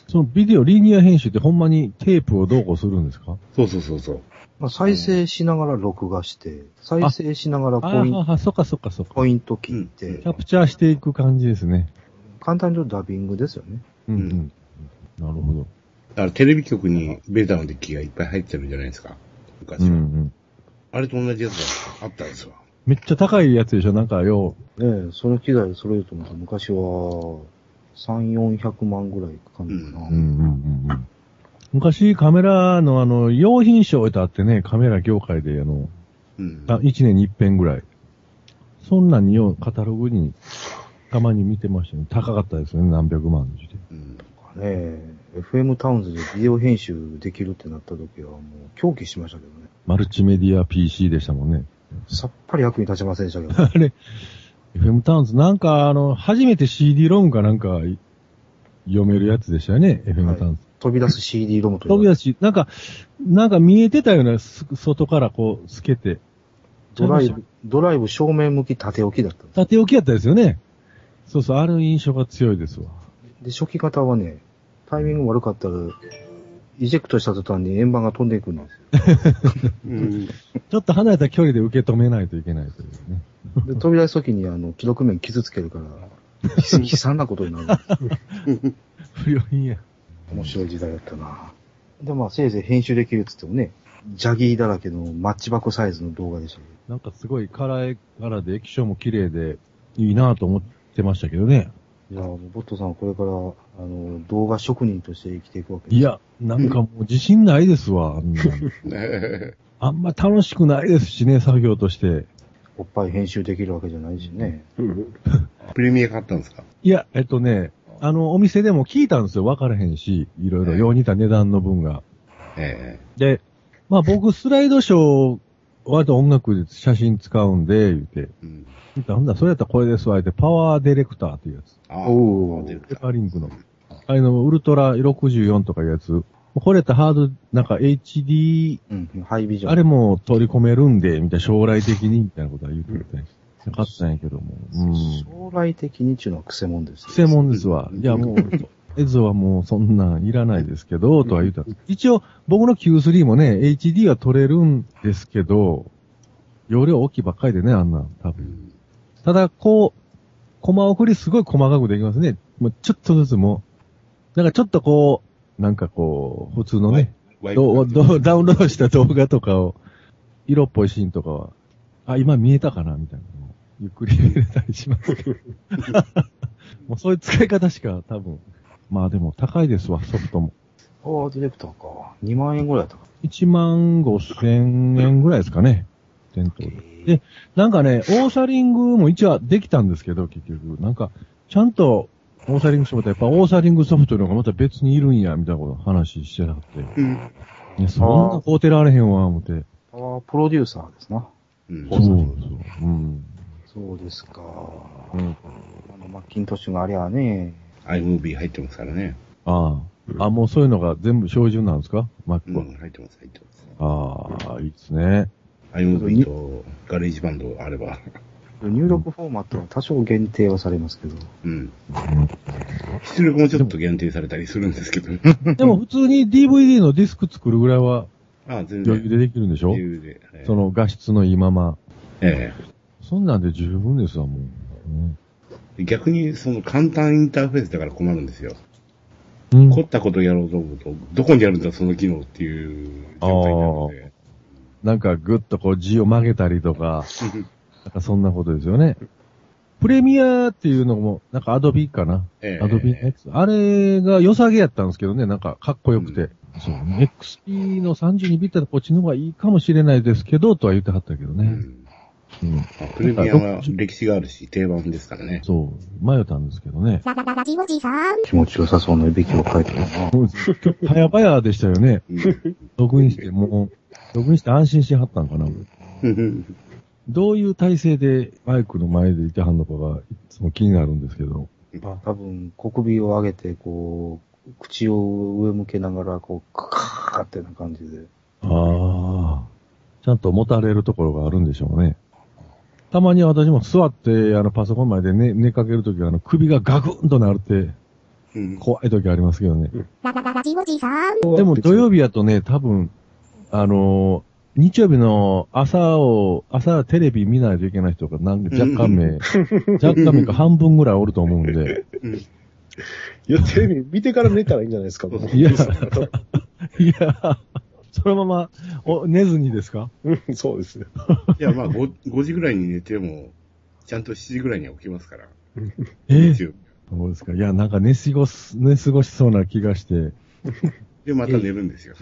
Speaker 2: そのビデオ、リニア編集ってほんまにテープをどうこうするんですか
Speaker 1: そうそうそうそう。
Speaker 3: まあ、再生しながら録画して、再生しながらポイント、
Speaker 2: ああ、そっかそっかそっか。
Speaker 3: ポイント切っ
Speaker 1: うん
Speaker 3: て
Speaker 2: キャ、プチャーしていく感じですね。
Speaker 3: 簡単に言うとダビングですよね。
Speaker 2: うんん。なるほど。
Speaker 1: だからテレビ局にベータのデッキがいっぱい入ってるじゃないですか。昔
Speaker 2: う
Speaker 1: は。
Speaker 2: んうん。
Speaker 1: あれと同じやつがあったんですわ。
Speaker 2: めっちゃ高いやつでしょなんか、よ
Speaker 3: ねえ、その機材揃えると思ったら昔は、3、400万ぐらいかかるの
Speaker 2: う。
Speaker 3: かな。
Speaker 2: んうんうん。昔、カメラの、あの、用品賞とあってね、カメラ業界で、あの、
Speaker 1: うん。
Speaker 2: あ一年に一遍ぐらい。そんなんによう、カタログに、たまに見てましたね。高かったですね、何百万で。
Speaker 1: うん
Speaker 3: ねえ、FM タウンズでビデオ編集できるってなった時はもう狂気しましたけどね。
Speaker 2: マルチメディア PC でしたもんね。
Speaker 3: さっぱり役に立ちませんでしたけど。
Speaker 2: FM タウンズ、なんか、あの、初めて CD ローンかなんか、い読めるやつでしたよね、FM タウンズ。
Speaker 3: 飛び出す CD ロムと
Speaker 2: 飛び
Speaker 3: いう
Speaker 2: 出し、なんか、なんか見えてたような、す外からこう、透けて。
Speaker 3: ドライブ、ドライブ正面向き縦置きだったんです
Speaker 2: 縦置きやったですよね。そうそう、ある印象が強いですわ。
Speaker 3: で、初期型はね、タイミング悪かったら、イジェクトした途端に円盤が飛んでいくんです
Speaker 1: うん。
Speaker 2: ちょっと離れた距離で受け止めないといけないというね。
Speaker 3: よ。で、飛び出す時にあの、記録面傷つけるから、悲 悲惨なことになるんですよ。
Speaker 2: 不良品や。
Speaker 3: 面白い時代だったなで、まあ、せいぜい編集できるっつってもね、ジャギーだらけのマッチ箱サイズの動画でしたけど
Speaker 2: なんかすごいカラーカラーで液晶も綺麗でいいなぁと思ってましたけどね。
Speaker 3: いや、もうボットさんはこれから、あの、動画職人として生きていくわけです
Speaker 2: い。や、なんかもう自信ないですわ。あんなあんま楽しくないですしね、作業として。
Speaker 3: おっぱい編集できるわけじゃないしね。
Speaker 1: プレミア買ったんですか
Speaker 2: いや、えっとね、あの、お店でも聞いたんですよ。わからへんし、いろいろ、よう似た値段の分が。
Speaker 1: え
Speaker 2: で、まあ僕、スライドショー、割と音楽で写真使うんで、言って。
Speaker 1: えうん。
Speaker 2: なんだ、それやったらこれですわ、言って、パワーディレクターっていうやつ。
Speaker 1: ああ、
Speaker 3: おー
Speaker 1: 出る
Speaker 2: ペ
Speaker 1: か
Speaker 2: パリンクの。あの、ウルトラ64とかいうやつ。これやったらハード、なんか HD、
Speaker 3: うん、ハイビジョン。
Speaker 2: あれも取り込めるんで、みたいな、将来的に、みたいなことは言ってたりなかったんやけども。うん。
Speaker 3: 将来的にっていうのはクセモンですよ。
Speaker 2: くせもんですわ。いや、もう、エゾはもうそんなんいらないですけど、とは言うたんです。一応、僕の Q3 もね、HD は取れるんですけど、容量大きいばっかりでね、あんなん、多
Speaker 1: う
Speaker 2: 分。
Speaker 1: ん。
Speaker 2: ただ、こう、コマ送りすごい細かくできますね。もうちょっとずつもう。なんかちょっとこう、なんかこう、普通のね、
Speaker 1: ワイプ
Speaker 2: どうどうダウンロードした動画とかを、色っぽいシーンとかは、あ、今見えたかなみたいなのをゆっくり見れたり しますけど。もうそういう使い方しか多分。まあでも高いですわ、ソフトも。
Speaker 3: パワーディレクターか。2万円ぐらいだったか。
Speaker 2: 1万5千円ぐらいですかね。店頭で。でなんかね、オーサリングも一応できたんですけど、結局。なんか、ちゃんと、オーサリングしてもらったら、やっぱオーサリングソフトの方がまた別にいるんや、みたいなこと話してなくて。
Speaker 1: うん。
Speaker 2: いや、そんな買うてられへんわ、思って。
Speaker 3: パワープロデューサーですな。
Speaker 1: うん
Speaker 2: そうそう。うん。
Speaker 3: そうですか。
Speaker 2: うん。
Speaker 3: あの、マッキントッシュがありゃね、
Speaker 1: iMovie 入ってますからね。
Speaker 2: ああ。あ、もうそういうのが全部標準なんですか ?Mac
Speaker 1: う
Speaker 2: は。
Speaker 1: ん、入ってます、入ってます。
Speaker 2: ああ、いいですね。
Speaker 1: iMovie とガレージバンドあれば。
Speaker 3: 入力フォーマットは多少限定はされますけど、
Speaker 1: うん。出力もちょっと限定されたりするんですけど。
Speaker 2: でも普通に DVD のディスク作るぐらいは
Speaker 1: ああ、全然。
Speaker 2: 余裕でできるんでしょ
Speaker 1: 余裕で。ええ
Speaker 2: その画質のいいまま。
Speaker 1: え
Speaker 2: そんなんで十分ですわ、もう。
Speaker 1: え。逆に、その簡単インターフェースだから困るんですよ。
Speaker 2: うん
Speaker 1: 凝ったことやろうと思うと、どこにあるんだその機能っていう状態になるので。
Speaker 2: なんかぐっとこう字を曲げたり とか、なんかそんなことですよね。プレミアっていうのも、なんかアドビかな。
Speaker 1: ええ
Speaker 2: アドビのやつ。あれが良さげやったんですけどね、なんかかっこよくて。そうね。XP の32ビットのこっちの方がいいかもしれないですけど、とは言ってはったけど
Speaker 1: う
Speaker 2: ね。
Speaker 1: ん
Speaker 2: うん。
Speaker 1: まあプレミアは歴史があるし、定番ですからね。
Speaker 2: そう、迷ったんですけどね。
Speaker 5: ララララジオジさん。
Speaker 3: 気持ちよさそうないびきをかいてるな。
Speaker 2: 早々でしたよね。
Speaker 1: うん
Speaker 2: ログインして、もう、ログインして安心しはったんかな。どういう体勢でマイクの前でいてはんのかが、いつも気になるんですけど。
Speaker 3: 多分、小首を上げて、こう、口を上向けながら、こう、カカーってな感じで。
Speaker 2: ああ。ちゃんと持たれるところがあるんでしょうね。たまに私も座って、あの、パソコン前で寝、寝かけるときは、あの、首がガクンとなるって、
Speaker 1: うん
Speaker 2: 怖いときありますけどね。
Speaker 5: ララララジオジさん。
Speaker 2: でも土曜日やとね、多分、あのー日曜日の朝を、朝テレビ見ないといけない人がなんか若干目、若干目か半分ぐらいおると思うんで、
Speaker 6: いや、テレビ見てから寝たらいいんじゃないですか。もう
Speaker 2: いやいや、そのまま、お、寝ずにですか
Speaker 6: うん そうですよ。
Speaker 1: いや、まあ5、5時ぐらいに寝ても、ちゃんと7時ぐらいには起きますから。
Speaker 2: ええ
Speaker 1: 日曜日
Speaker 2: そうですか。いや、なんか寝過ごす、寝過ごしそうな気がして、
Speaker 1: で、また寝るんですよ。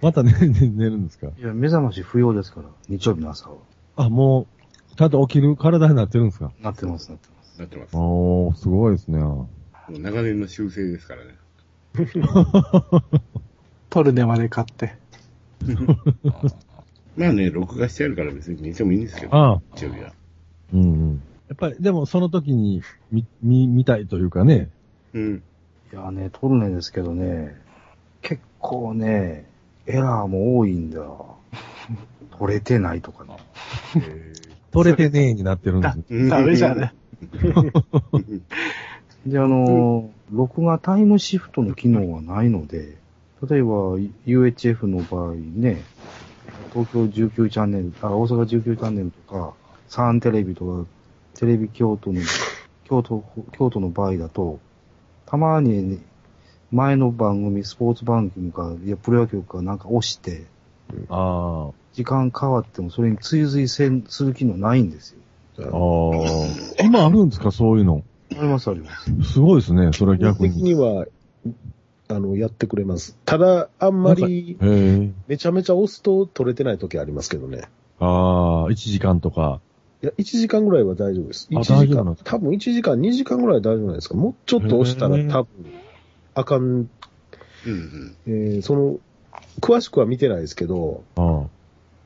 Speaker 2: ま た寝、寝寝るんですか
Speaker 3: いや、目覚まし不要ですから、日曜日の朝は。
Speaker 2: あ、もう、ちゃんと起きる体になってるんですか
Speaker 3: なってます、なってます。
Speaker 1: なってます。も
Speaker 2: おー、すごいですね。
Speaker 1: う長年の修正ですからね。
Speaker 7: トルネまで買って。
Speaker 1: まあね、録画してあるから別に寝てもいいんですけど、
Speaker 2: ああ、
Speaker 1: 日曜日は。
Speaker 2: うんうん。やっぱり、でもその時に見、見、見たいというかね。
Speaker 1: うん。
Speaker 3: いやね、取るねですけどね、結構ね、エラーも多いんだ。取れてないとかね。
Speaker 2: 取れてねえになってるんです。
Speaker 7: ダメじゃね。
Speaker 3: で、あのー、録画タイムシフトの機能がないので、例えば UHF の場合ね、東京19チャンネル、あ、大阪19チャンネルとか、サンテレビとか、テレビ京都の、京都、京都の場合だと、たまにね、前の番組、スポーツ番組か、いや、プロ野球かなんか押して、
Speaker 2: あ
Speaker 3: 時間変わってもそれに追随せんする機能ないんですよ。
Speaker 2: あ、ああ。今あるんですかそういうの。
Speaker 3: あります、あります。
Speaker 2: すごいですね。それは逆
Speaker 6: 的
Speaker 2: に。
Speaker 6: には、あの、やってくれます。ただ、あんま
Speaker 2: へ
Speaker 6: り、
Speaker 2: え。
Speaker 6: めちゃめちゃ押すと取れてない時ありますけどね。
Speaker 2: ああ、1時間とか。
Speaker 6: いや、1時間ぐらいは大丈夫です。
Speaker 2: あ
Speaker 6: 1時
Speaker 2: 大丈夫なん
Speaker 6: 間
Speaker 2: です、か
Speaker 6: 多分1時間、2時間ぐらいは大丈夫なんですか。もうちょっと押したら
Speaker 2: へー
Speaker 6: 多分、あかん、
Speaker 1: うんうん。
Speaker 6: えーその、詳しくは見てないですけど、
Speaker 2: ああ。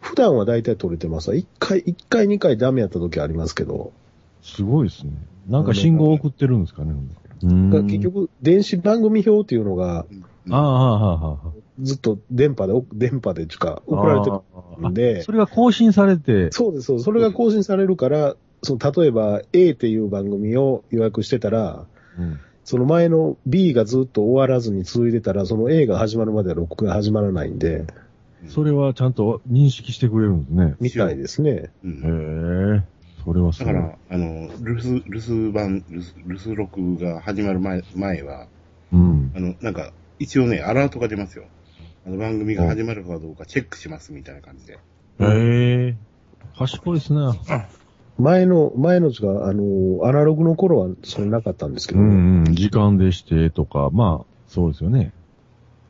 Speaker 6: 普段は大体取れてます。1回、一回、2回ダメやった時ありますけど、
Speaker 2: すごいですね。なんか信号送ってるんですかね。うん
Speaker 6: が結。局、電子番組表っていうのが、
Speaker 2: ああ、ああ、ああ。
Speaker 6: ずっと電波で、お電波でちゅか、送られてるん
Speaker 2: あ
Speaker 6: で、
Speaker 2: それが更新されて、
Speaker 6: そうです、そうですそれが更新されるから、その例えば A っていう番組を予約してたら、
Speaker 2: うん
Speaker 6: その前の B がずっと終わらずに続いてたら、その A が始まるまでは録画が始まらないんで、
Speaker 2: それはちゃんと認識してくれるんですね。
Speaker 6: みたいですね。
Speaker 1: う
Speaker 2: へ
Speaker 1: ん
Speaker 2: え。それはす
Speaker 1: だ
Speaker 2: ご
Speaker 1: か
Speaker 2: い。
Speaker 1: ら、あの、留守、留守番、留守、留守録が始まる前、前は、
Speaker 2: うん。
Speaker 1: あの、なんか、一応ね、アラートが出ますよ。あの、番組が始まるかどうかチェックしますみたいな感じで。
Speaker 2: へえ。賢いですね。
Speaker 6: 前の、前のつが、あの、アナログの頃はそれなかったんですけ
Speaker 2: う
Speaker 6: ど、
Speaker 2: んうん。時間でしてとか、まあ、そうですよね。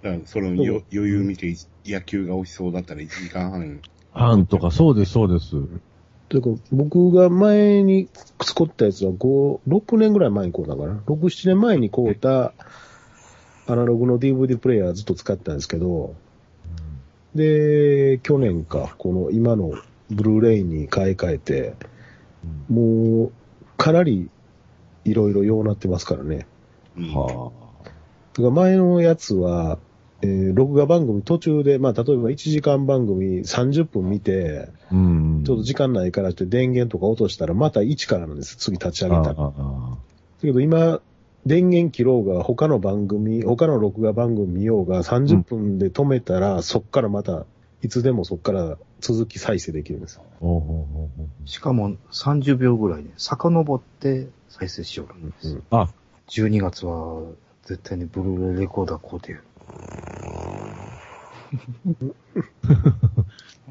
Speaker 1: だからそのよ余裕見て、い野球が落ちそうだったら1時間半。
Speaker 2: 班とか、そうです、そうです。
Speaker 6: というか、僕が前に作ったやつは5、6年ぐらい前に買うたかな。6、7年前に買うたアナログの DVD プレイヤーずっと使ってたんですけど、で、去年か、この今のブルーレイに買い替えて、もうかなりいろいろようなってますからね。
Speaker 1: うん
Speaker 2: は
Speaker 6: だから前のやつは、えー録画番組途中で、まあ例えば1時間番組30分見て、
Speaker 2: あ。うん。
Speaker 6: ちょっと時間ないからって電源とか落としたらまた1からなんです。次立ち上げたら。だ
Speaker 2: ああああ
Speaker 6: けど今、電源切ろうが、他の番組、他の録画番組見ようが、30分で止めたら、そっからまた、いつでもそっから続き再生できるんですよ。
Speaker 2: おうおうおうおう
Speaker 3: しかも30秒ぐらいね、遡って再生しようなんです。
Speaker 6: うん
Speaker 2: あ、
Speaker 3: 12月は絶対にブルーレイレコーダー買 うてやる。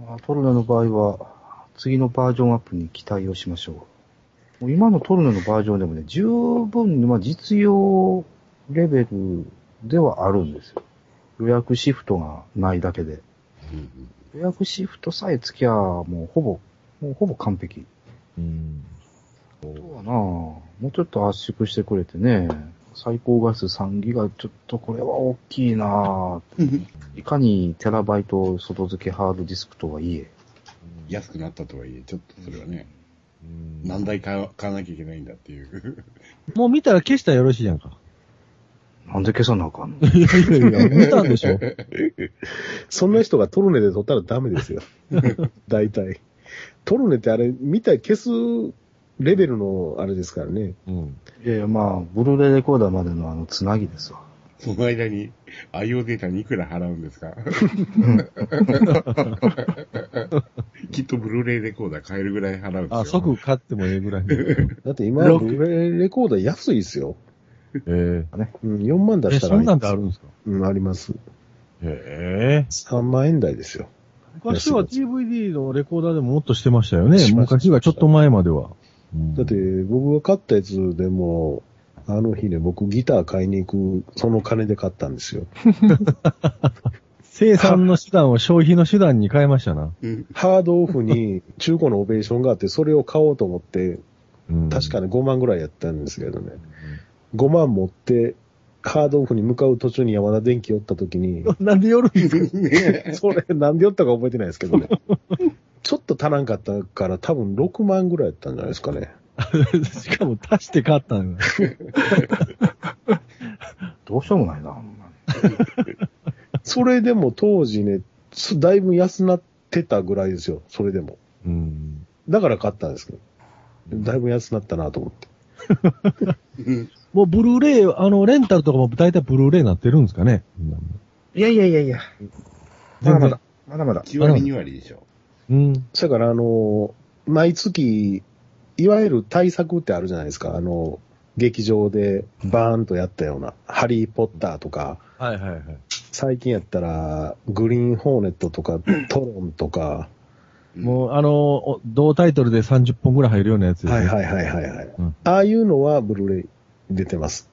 Speaker 3: まあトルネの場合は、次のバージョンアップに期待をしましょう。もう今のトルネのバージョンでもね、十分に、まあ、実用レベルではあるんですよ。予約シフトがないだけで。
Speaker 1: うん
Speaker 3: 予約シフトさえつきゃ、もうほぼ、もうほぼ完璧。
Speaker 2: うん。
Speaker 3: そうだなあもうちょっと圧縮してくれてね、最高画質3ギガ、ちょっとこれは大きいなあ
Speaker 1: うん
Speaker 3: いかにテラバイト外付けハードディスクとはいえ、
Speaker 1: 安くなったとはいえ、ちょっとそれはね、何台買わ買わなきゃいけないんだっていう。
Speaker 2: もう見たら消したらよろしいやんか。
Speaker 3: なんで消さなあかんの
Speaker 2: いやいやいや、見たんでしょ
Speaker 6: そんな人がトルネで撮ったらダメで すよ。大体。トルネってあれ、見た消すレベルのあれですからね。
Speaker 2: うん。
Speaker 3: いやいや、まあ、ブルーレイレコーダーまでのあの、つなぎですわ。
Speaker 1: その間に、IO データにいくら払うんですかきっとブルーレイレコーダー買えるぐらい払うんですよ。
Speaker 2: あ、即買ってもええぐらい。
Speaker 6: だって今、
Speaker 7: ロッ
Speaker 6: ブルーレイレコーダー安いですよ。
Speaker 2: え
Speaker 6: うん、4万
Speaker 2: え
Speaker 6: 出したら
Speaker 2: そんなんであるんですか
Speaker 6: うん、あります。
Speaker 2: へえ。
Speaker 6: 3万円台ですよ。
Speaker 2: 昔は DVD のレコーダーでももっとしてましたよね。
Speaker 6: しました
Speaker 2: 昔はちょっと前までは。うん
Speaker 6: だって、僕が買ったやつでも、あの日ね、僕ギター買いに行く、その金で買ったんですよ。
Speaker 2: 生産の手段を消費の手段に変えましたな。
Speaker 1: うん。
Speaker 6: ハードオ フに中古のオベーションがあって、それを買おうと思って、
Speaker 2: うん
Speaker 6: 確かに5万ぐらいやったんですけどね。5万持って、ハードオフに向かう途中に山田電機寄った 時に、
Speaker 2: なんで夜
Speaker 6: それなんで寄ったか覚えてないですけどね。ちょっと足らんかったから多分6万ぐらいやったんじゃないですかね。
Speaker 2: しかも足して買ったんだ。
Speaker 3: どうしようもないな、ほんまに
Speaker 6: それでも当時ね、すだいぶ安なってたぐらいですよ。それでも。
Speaker 2: うん。
Speaker 6: だから買ったんですけど。だいぶ安なったなと思って。
Speaker 1: うん
Speaker 2: もうブルーレイ、あの、レンタルとかも大体ブルーレイになってるんですかね。
Speaker 3: いやいやいやいや。まだまだ。まだまだ。
Speaker 1: 1割2割でしょ。
Speaker 2: うん。
Speaker 6: それからあの、毎月、いわゆる対策ってあるじゃないですか。あの、劇場でバーンとやったような、ハリーポッターとか、
Speaker 2: はいはいはい。
Speaker 6: 最近やったら、グリーンホーネットとか、トロンとか、
Speaker 2: もう、あの、お同タイトルで30本ぐらい入るようなやつですね
Speaker 6: はいはいはいはいはい。
Speaker 2: うん
Speaker 6: ああいうのはブルーレイ出てます。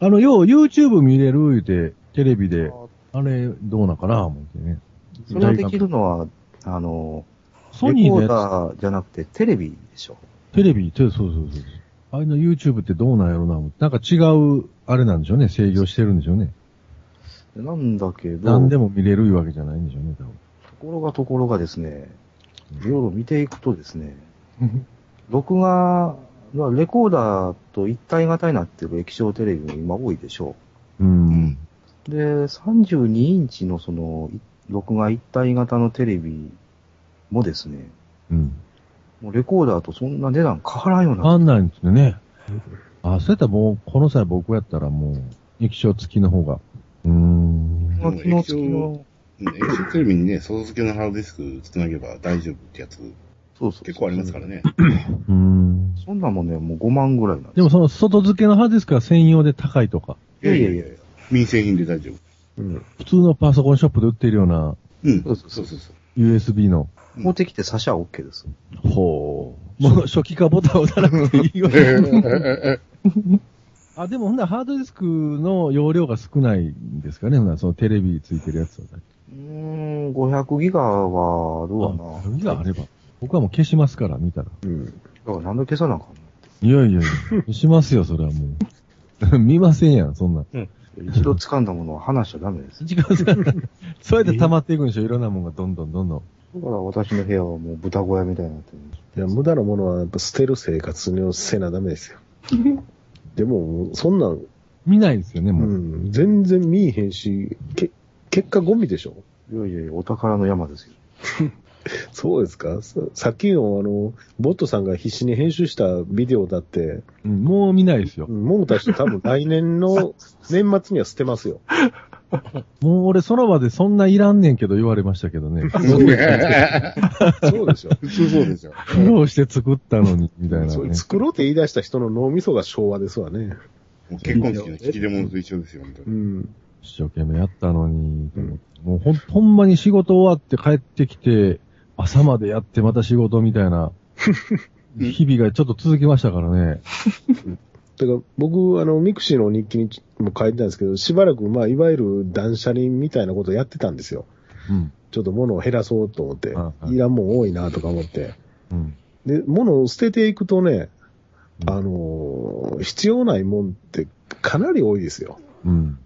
Speaker 2: あの、よう YouTube 見れる言うて、テレビで、あれ、どうなんかな思ってね。
Speaker 3: それができるのは、あの、
Speaker 2: ソ
Speaker 3: レ
Speaker 2: ニー
Speaker 3: コ
Speaker 2: のや
Speaker 3: ー
Speaker 2: つ
Speaker 3: ダーじゃなくてテレビでしょ。
Speaker 2: テレビ、テレそうそうそうそう。あれの YouTube ってどうなんやろな思って、なんか違う、あれなんでしょうね。制御してるんでしょうね。
Speaker 3: なんだけど、
Speaker 2: 何でも見れるいうわけじゃないんでしょうね、多分。
Speaker 3: ところがところがですね、いろいろ見ていくとですね、録画がレコーダーと一体型になってる液晶テレビも今多いでしょ
Speaker 2: うん。
Speaker 3: う。で、32インチのその、い録画一体型のテレビもですね、
Speaker 2: うん。
Speaker 3: もうレコーダーとそんな値段変わらんようにな
Speaker 2: あ
Speaker 3: って
Speaker 2: んないんですね。あ、そうやったらもう、この際僕やったらもう、液晶付きの方が。うーん。
Speaker 3: 録画機能付き
Speaker 1: も
Speaker 3: の、
Speaker 1: うん液晶テレビにね、外付けのハードディスクつなげば大丈夫ってやつ
Speaker 3: そうそう。
Speaker 1: 結構ありますから。ね。
Speaker 2: うーん。
Speaker 3: そんなんもね、もう5万ぐらいなん
Speaker 2: でもその外付けのハードディスクは専用で高いとか、
Speaker 1: いやいやいや、民生品で大丈夫。
Speaker 6: うん。
Speaker 2: 普通のパソコンショップで売っているような
Speaker 1: うん。
Speaker 3: そうそうそう
Speaker 1: そうそう。
Speaker 2: USB の、
Speaker 3: 持ってきて差しは OK です。
Speaker 2: ほう。もう初期化ボタンを押さなくていいよ。あ、でもほんならハードディスクの容量が少ないんですかね。ほんならそのテレビついてるやつは。
Speaker 3: うーん、500ギガはあるわな。
Speaker 2: あ、があれば。僕はもう消しますから、見たら。
Speaker 6: うん。
Speaker 3: だからなんで消さなあかん
Speaker 2: いやいやいや、消しますよ、それはもう。 見ませんやん、そんなん。
Speaker 3: の一度掴んだものは離しちゃダメです。
Speaker 2: 時間差がそうやって溜まっていくんでしょ、いろんなもんがどんどんどんどん。
Speaker 3: だから私の部屋はもう豚小屋みたいになってるんです
Speaker 6: いや、無駄なものはやっぱ捨てる生活をせなダメ ですよ。でも、そんなん、
Speaker 2: 見ないですよね、
Speaker 6: う
Speaker 2: もう。
Speaker 6: ん、全然見えへんし、け、結果ゴミでしょ
Speaker 3: いやいやいや、お宝の山ですよ。
Speaker 6: そうですかささっきのあの、ボットさんが必死に編集したビデオだって、
Speaker 2: うんもう見ないですよ。
Speaker 6: もうたして多分来年 の年末には捨てますよ。
Speaker 2: もう俺、その場でそんないらんねんけど言われましたけどね。
Speaker 6: そうでしょ。
Speaker 1: 普通そうですよ。
Speaker 2: 苦労して作ったのに、みたいな、
Speaker 6: そう
Speaker 2: ね。
Speaker 6: 作ろうって言い出した人の脳みそが昭和ですわね。
Speaker 1: もう結婚式の引き出物と一緒ですよ、本当
Speaker 6: う
Speaker 1: に。
Speaker 6: ん。
Speaker 2: 一生懸命やったのに、
Speaker 6: うん
Speaker 2: もうほん、ほんまに仕事終わって帰ってきて、朝までやってまた仕事みたいな、
Speaker 1: うん
Speaker 2: 日々がちょっと続きましたからね。
Speaker 6: だから僕、あの、ミクシーの日記にも書いてたんですけど、しばらく、まあ、いわゆる断捨離みたいなことやってたんですよ。
Speaker 2: うん。
Speaker 6: ちょっと物を減らそうと思って
Speaker 2: あ、はい
Speaker 6: いらんもん多いなとか思って。
Speaker 2: うん。
Speaker 6: で、物を捨てていくとね、
Speaker 2: うん
Speaker 6: あのー必要ないもんってかなり多いですよ。
Speaker 2: うん。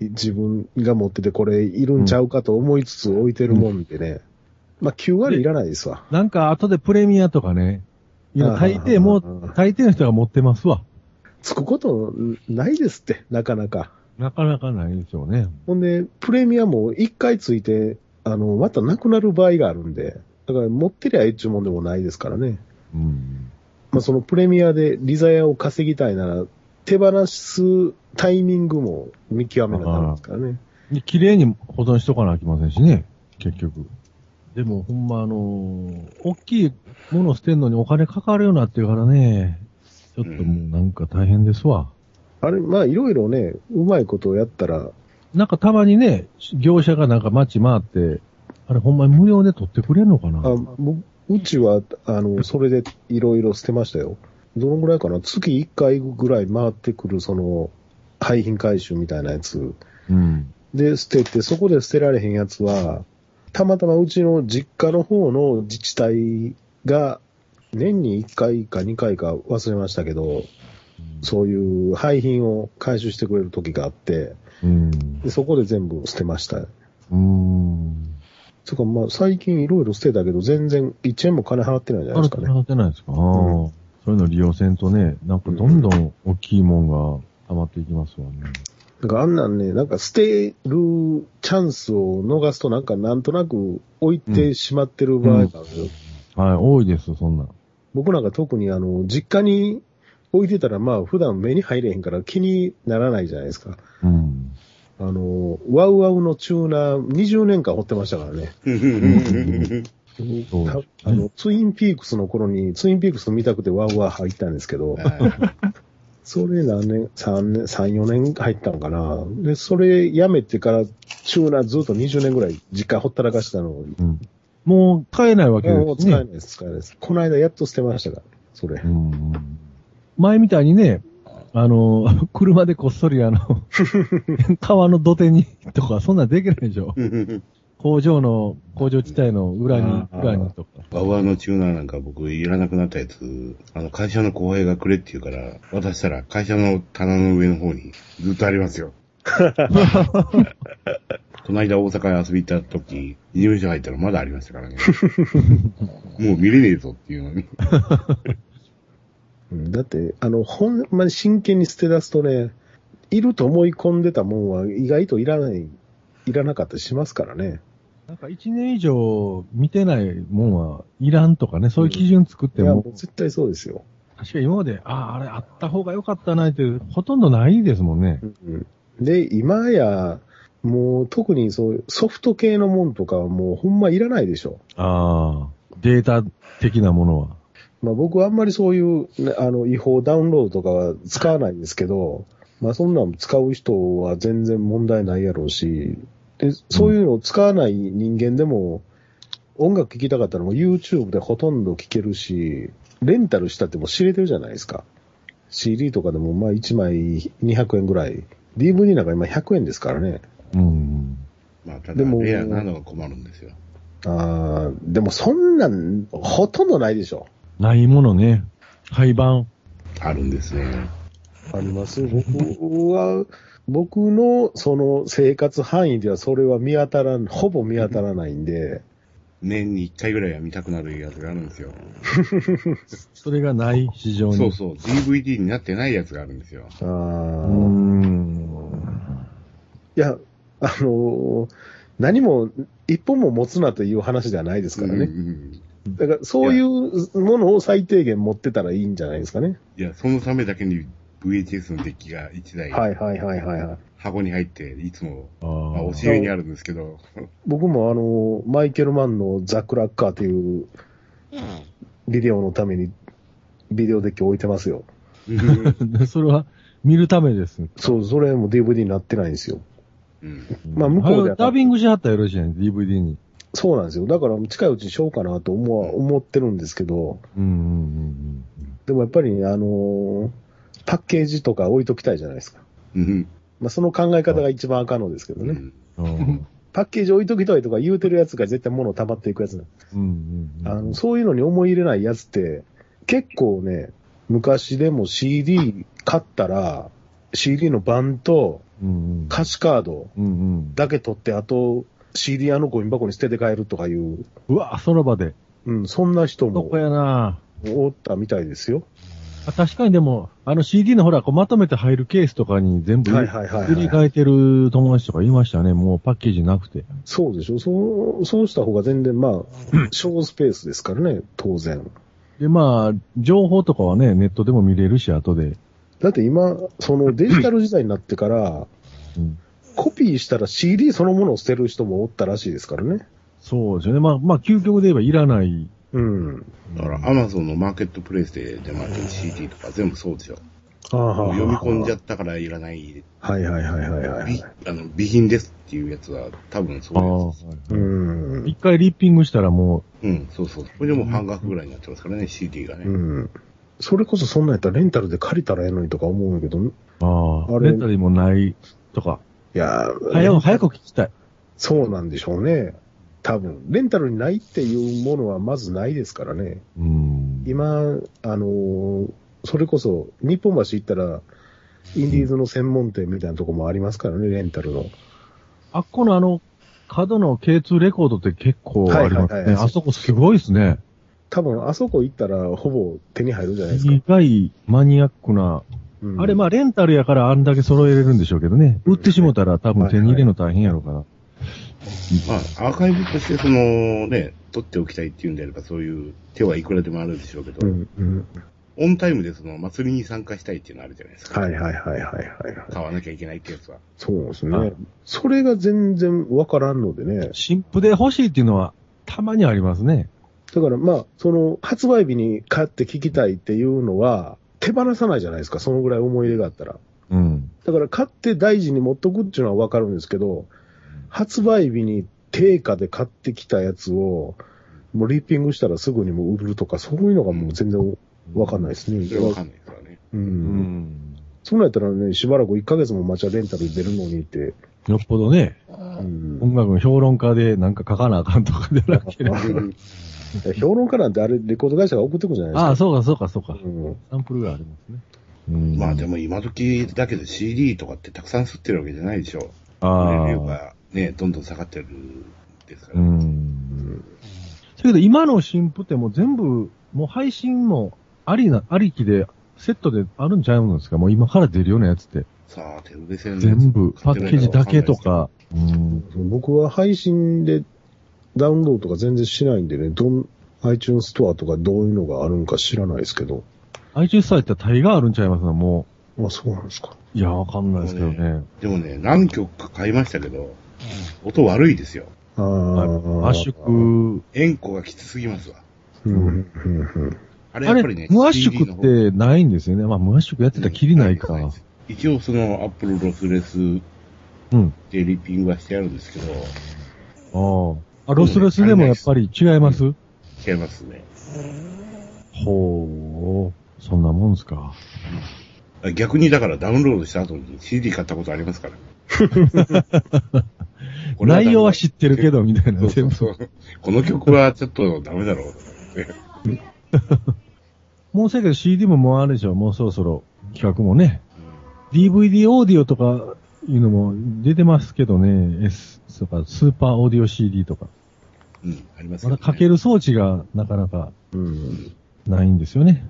Speaker 6: 自分が持っててこれいるんちゃうかと思いつつ置いてるもんでね。まあ、9割いらないですわ。
Speaker 2: なんか後でプレミアとかね。いや、
Speaker 6: あー
Speaker 2: 大抵もう、大抵の人が持ってますわ。
Speaker 6: つくことないですって、なかなか。
Speaker 2: なかなかないでしょうね。
Speaker 6: ほんで、プレミアも一回ついて、あの、またなくなる場合があるんで、だから持ってりゃええっちゅうもんでもないですからね。
Speaker 2: うん。
Speaker 6: まあ、そのプレミアでリザヤを稼ぎたいなら、手放すタイミングも見極めなダメですからね。
Speaker 2: で綺麗に保存しとかなきゃいけませんしね。結局。でもほんまあのー大きいもの捨てるのにお金かかるようになってるからね。ちょっともうなんか大変ですわ。
Speaker 6: あれ、まあ、いろいろね、うまいことをやったら、
Speaker 2: なんかたまにね、業者がなんか街回って、あれほんまに無料で取ってくれんのかな
Speaker 6: あぼうちは、あの、それでいろいろ捨てましたよ。どのぐらいかな月1回ぐらい回ってくる、その、廃品回収みたいなやつ。
Speaker 2: うん。
Speaker 6: で、捨てて、そこで捨てられへんやつは、たまたまうちの実家の方の自治体が、年に1回か2回か忘れましたけど、そういう廃品を回収してくれる時があって、
Speaker 2: うん。
Speaker 6: でそこで全部捨てました。
Speaker 2: うん。
Speaker 6: つうか、まあ、最近いろいろ捨てたけど、全然1円も金払ってないんじゃな
Speaker 2: あ
Speaker 6: いで
Speaker 2: れ
Speaker 6: すか
Speaker 2: 取
Speaker 6: ね
Speaker 2: ら。れてないですか、ああ
Speaker 6: う
Speaker 2: そういうの利用せんとね、なんかどんどん大きいもんが溜まっていきますわね。
Speaker 6: なんかあんなんね、なんか捨てるチャンスを逃すとなんかなんとなく置いてしまってる場合がある、
Speaker 2: はい、多いです、そんなん。
Speaker 6: 僕なんか特にあの、実家に置いてたらまあ普段目に入れへんから気にならないじゃないですか。
Speaker 2: うん。
Speaker 6: あの、ワウワウのチューナー20年間掘ってましたからね。
Speaker 2: そうですね
Speaker 6: たあの、ツインピークスの頃に、ツインピークス見たくてワウワウ入ったんですけど、それ何年、3年、3、4年入ったんかな。で、それやめてから、チューナーずっと20年ぐらい実家ほったらかしてたのを
Speaker 2: うん。もう使えないわけで
Speaker 6: もう
Speaker 2: す
Speaker 6: 使えな
Speaker 2: ね
Speaker 6: い。です、使えないです。この間やっと捨てましたから、それ
Speaker 2: う。ん。前みたいにね、あの、 車でこっそりあ の、川の土手にとか、そんなんできないでしょ。工場の、工場地帯の裏に
Speaker 6: あ、ー
Speaker 2: 裏にとか。
Speaker 1: バワーのチューナーなんか僕いらなくなったやつ、あの会社の後輩がくれって言うから、渡したら会社の棚の上の方にずっとあり ますよ。この間大阪へ遊び行った時、事務所入ったらまだありましたからね。もう見れねえぞっていうのに。
Speaker 6: うんだって、あの、ほんまに真剣に捨て出すとね、いると思い込んでたもんは意外といらない、いらなかったりしますからね。
Speaker 2: なんか一年以上見てないもんはいらんとかね、そういう基準作っ
Speaker 6: い
Speaker 2: て
Speaker 6: や、
Speaker 2: も
Speaker 6: もう、絶対そうですよ。
Speaker 2: 確かに今まで、ああ、あれあった方が良かったなっていう、ほとんどないですもんね。
Speaker 6: うんで、今や、もう特にそういうソフト系のもんとかはもうほんまいらないでしょ。
Speaker 2: ああ、データ的なものは。
Speaker 6: まあ僕はあんまりそういう、ね、あの、違法ダウンロードとかは使わないんですけど、まあそんなん使う人は全然問題ないやろうし、で、そういうのを使わない人間でも、音楽聴きたかったらもう YouTube でほとんど聴けるし、レンタルしたってもう知れてるじゃないですか。CD とかでもまあ1枚200円ぐらい。DVD なんか今100円ですからね。
Speaker 2: うん。
Speaker 1: まあ、た
Speaker 6: で
Speaker 1: だ
Speaker 6: も
Speaker 1: レアなのが困るんですよ。
Speaker 6: ああ、でもそんなん、ほとんどないでしょ。
Speaker 2: ないものね。廃盤。
Speaker 1: あるんですね。
Speaker 6: あります。僕は、僕のその生活範囲ではそれは見当たらん、ほぼ見当たらないんで、
Speaker 1: 年に一回ぐらいは見たくなるやつがあるんですよ。
Speaker 2: それがない市場に。
Speaker 1: そうそう、DVD になってないやつがあるんですよ。
Speaker 6: あ
Speaker 2: う
Speaker 6: ー
Speaker 2: ーん。
Speaker 6: いや、あのー何も、一本も持つなという話ではないですから
Speaker 1: う
Speaker 6: ね。
Speaker 1: んうん
Speaker 6: だから、そういうものを最低限持ってたらいいんじゃないですかね。
Speaker 1: いや、そのためだけに VHS のデッキが1台、
Speaker 6: はいはいはいはいはい。
Speaker 1: 箱に入って、いつも、
Speaker 2: あ
Speaker 1: まあ、
Speaker 2: あ
Speaker 1: 押し入れにあるんですけど、
Speaker 6: 僕もあのーマイケル・マンのザック・ラッカーという、ビデオのために、ビデオデッキ置いてますよ。
Speaker 1: うん
Speaker 2: で それは見るためです。
Speaker 6: そう、それも DVD になってないんですよ。
Speaker 1: うん
Speaker 6: まあ向こうで
Speaker 2: あれダビングしはったらよろしいやん、DVD に。
Speaker 6: そうなんですよ。だから近いうちにしようかなと思わ思ってるんですけど、
Speaker 2: うんうん
Speaker 6: でもやっぱりね、あのーパッケージとか置いときたいじゃないですか。
Speaker 1: うん
Speaker 6: まあその考え方が一番あかんのですけど
Speaker 1: う
Speaker 6: ね。
Speaker 1: ん
Speaker 2: うん うん。
Speaker 6: パッケージ置いときたいとか言うてるやつが絶対物溜まっていくやつなん
Speaker 2: うんうんうん。
Speaker 6: あのそういうのに思い入れないやつって、結構ね、昔でも CD 買ったら、CD の版と
Speaker 2: うんうん。
Speaker 6: 歌詞カード
Speaker 2: うんうん。
Speaker 6: だけ取って、あと CD あのゴミ箱に捨てて帰るとかいう、
Speaker 2: うわ、その場で。
Speaker 6: うん、そんな人
Speaker 2: ど
Speaker 6: も
Speaker 2: こやな
Speaker 6: おったみたいですよ。
Speaker 2: あ確かにでも、あの CD のほら、こうまとめて入るケースとかに全部、
Speaker 6: はいはいはいはい
Speaker 2: 売り替えてる友達とかいましたね。もうパッケージなくて。
Speaker 6: そうでしょ。そう、そうした方が全然、まあ、小スペースですからね、当然。
Speaker 2: で、まあ、情報とかはね、ネットでも見れるし、後で。
Speaker 6: だって今、そのデジタル時代になってから、
Speaker 2: うん
Speaker 6: コピーしたら CD そのものを捨てる人もおったらしいですからね。
Speaker 2: そうですよね。まあ、まあ、究極で言えばいらない。
Speaker 6: うん。
Speaker 1: だから、アマゾンのマーケットプレイスで出回ってる CD とか全部そうでしょ。
Speaker 6: ああ
Speaker 1: もう読み込んじゃ
Speaker 6: っ
Speaker 1: ったからいらない、
Speaker 6: はいはいはいはいはい
Speaker 1: び。あの備品ですっていうやつは多分そういうやつです。
Speaker 6: う
Speaker 2: あ
Speaker 6: ん
Speaker 2: ー。一回リッピングしたらも、
Speaker 1: うん、そうそう。これでもう半額ぐらいになってますからね、CD がね。
Speaker 6: うん。それこそそんなんやったらレンタルで借りたらええのにとか思うんやけど、いう
Speaker 2: ああ、
Speaker 6: あれ
Speaker 2: レンタルもないとか。
Speaker 6: やー、
Speaker 2: 早く、早く聞きたい。
Speaker 6: そうなんでしょうね。多分、レンタルにないっていうものはまずないですからね。
Speaker 2: うん。
Speaker 6: 今、あのーそれこそ、日本橋行ったら、インディーズの専門店みたいなとこもありますからね、レンタルの。
Speaker 2: あっこのあの、角の K2 レコードって結構あります
Speaker 6: はいはいは
Speaker 2: ね。
Speaker 6: いはい
Speaker 2: あそこすごいですね。
Speaker 6: 多分、あそこ行ったら、ほぼ手に入るじゃないですか。
Speaker 2: 苦いマニアックな。
Speaker 6: うん
Speaker 2: あれ、まあ、レンタルやからあんだけ揃えれるんでしょうけどね。売ってしもたら多分手に入れるの大変やろうから。
Speaker 1: まあ、アーカイブとしてそのね、取っておきたいっていうんであれば、そういう手はいくらでもあるんでしょうけど、
Speaker 6: うん、うん。
Speaker 1: オンタイムでその祭りに参加したいっていうのあるじゃないですか。
Speaker 6: はいはいはいはいはいはい。
Speaker 1: 買わなきゃいけないってやつは。
Speaker 6: そうです
Speaker 2: は
Speaker 6: ね
Speaker 2: い。
Speaker 6: それが全然わからんのでね。
Speaker 2: 新譜で欲しいっていうのはたまにありますね。
Speaker 6: だからまあ、その、発売日に買って聞きたいっていうのは、手放さないじゃないですか、そのぐらい思い入れがあったら。
Speaker 2: うん。
Speaker 6: だから買って大事に持っとくっていうのはわかるんですけど、発売日に定価で買ってきたやつを、もうリッピングしたらすぐにもう売るとか、そういうのがもう全然わかんないですね。
Speaker 1: それわかんないからね。
Speaker 6: う。
Speaker 2: うんん。
Speaker 6: そうなんやったらね、しばらく1ヶ月も待ちはレンタル出るのにって。
Speaker 2: よっぽどね、
Speaker 6: うん
Speaker 2: 音楽の評論家でなんか書かなあかんとかでなければ。
Speaker 6: いや評論家なんてあれ、レコード会社が送ってくるじゃないですか。
Speaker 2: ああ、そうかそうかそうか。
Speaker 6: うん
Speaker 2: サンプルがありますね。うん
Speaker 1: まあでも今時だけど CD とかってたくさん吸ってるわけじゃないでしょう。
Speaker 2: あ
Speaker 1: 売れる量
Speaker 2: あ。
Speaker 1: がね、どんどん下がってるんですから。
Speaker 2: う
Speaker 1: ね
Speaker 2: ん。だけど今の新譜ってもう全部、もう配信もありな、ありきで、セットであるんちゃうんですかもう今から出るようなやつって。
Speaker 1: さあ、手売れ線
Speaker 2: 全部、パッケージだけと。か。うん。
Speaker 6: 僕は配信でダウンロードとか全然しないんでね、どん、iTunes ストアとかどういうのがあるんか知らないですけど。
Speaker 2: iTunes サイトって大概あるんちゃいますのも
Speaker 6: あ、そうなんですか。
Speaker 2: う。いや、わかんないですけどね。
Speaker 1: でもね、何曲か買いましたけど、音悪いですよ。
Speaker 6: ああ。
Speaker 2: 圧縮。
Speaker 1: 円弧がきつすぎますわ。
Speaker 6: うん、うん、うん。
Speaker 1: あれ
Speaker 2: あ
Speaker 1: やっ
Speaker 2: れ
Speaker 1: ぱりね、、
Speaker 2: 無圧縮
Speaker 1: CD の
Speaker 2: っ
Speaker 1: 方
Speaker 2: てないんですよね。まあ無圧縮やってたらきりないか。
Speaker 1: 一応そのアップルロスレス
Speaker 2: うん。
Speaker 1: でリッピングはしてあるんですけど、
Speaker 2: ああ。あ、ロスレスでもやっぱり違います
Speaker 1: 違いますね。
Speaker 2: ほう。そんなもんすか。
Speaker 1: 逆にだからダウンロードした後に CD 買ったことありますから。これダメだ
Speaker 2: 内容は知ってるけど、みたいな。
Speaker 1: そうそ
Speaker 2: 全
Speaker 1: う
Speaker 2: 部。
Speaker 1: そう。 この曲はちょっとダメだろう。
Speaker 2: もうせやけど CD ももうあれでしょ。もうそろそろ企画もね。DVD オーディオとかいうのも出てますけどね。S とか、スーパーオーディオ CD とか。
Speaker 1: うん、あります
Speaker 2: ま
Speaker 1: よ
Speaker 2: だ
Speaker 1: ね。
Speaker 2: かける装置がなかなか
Speaker 6: うん、
Speaker 2: ないんですよね。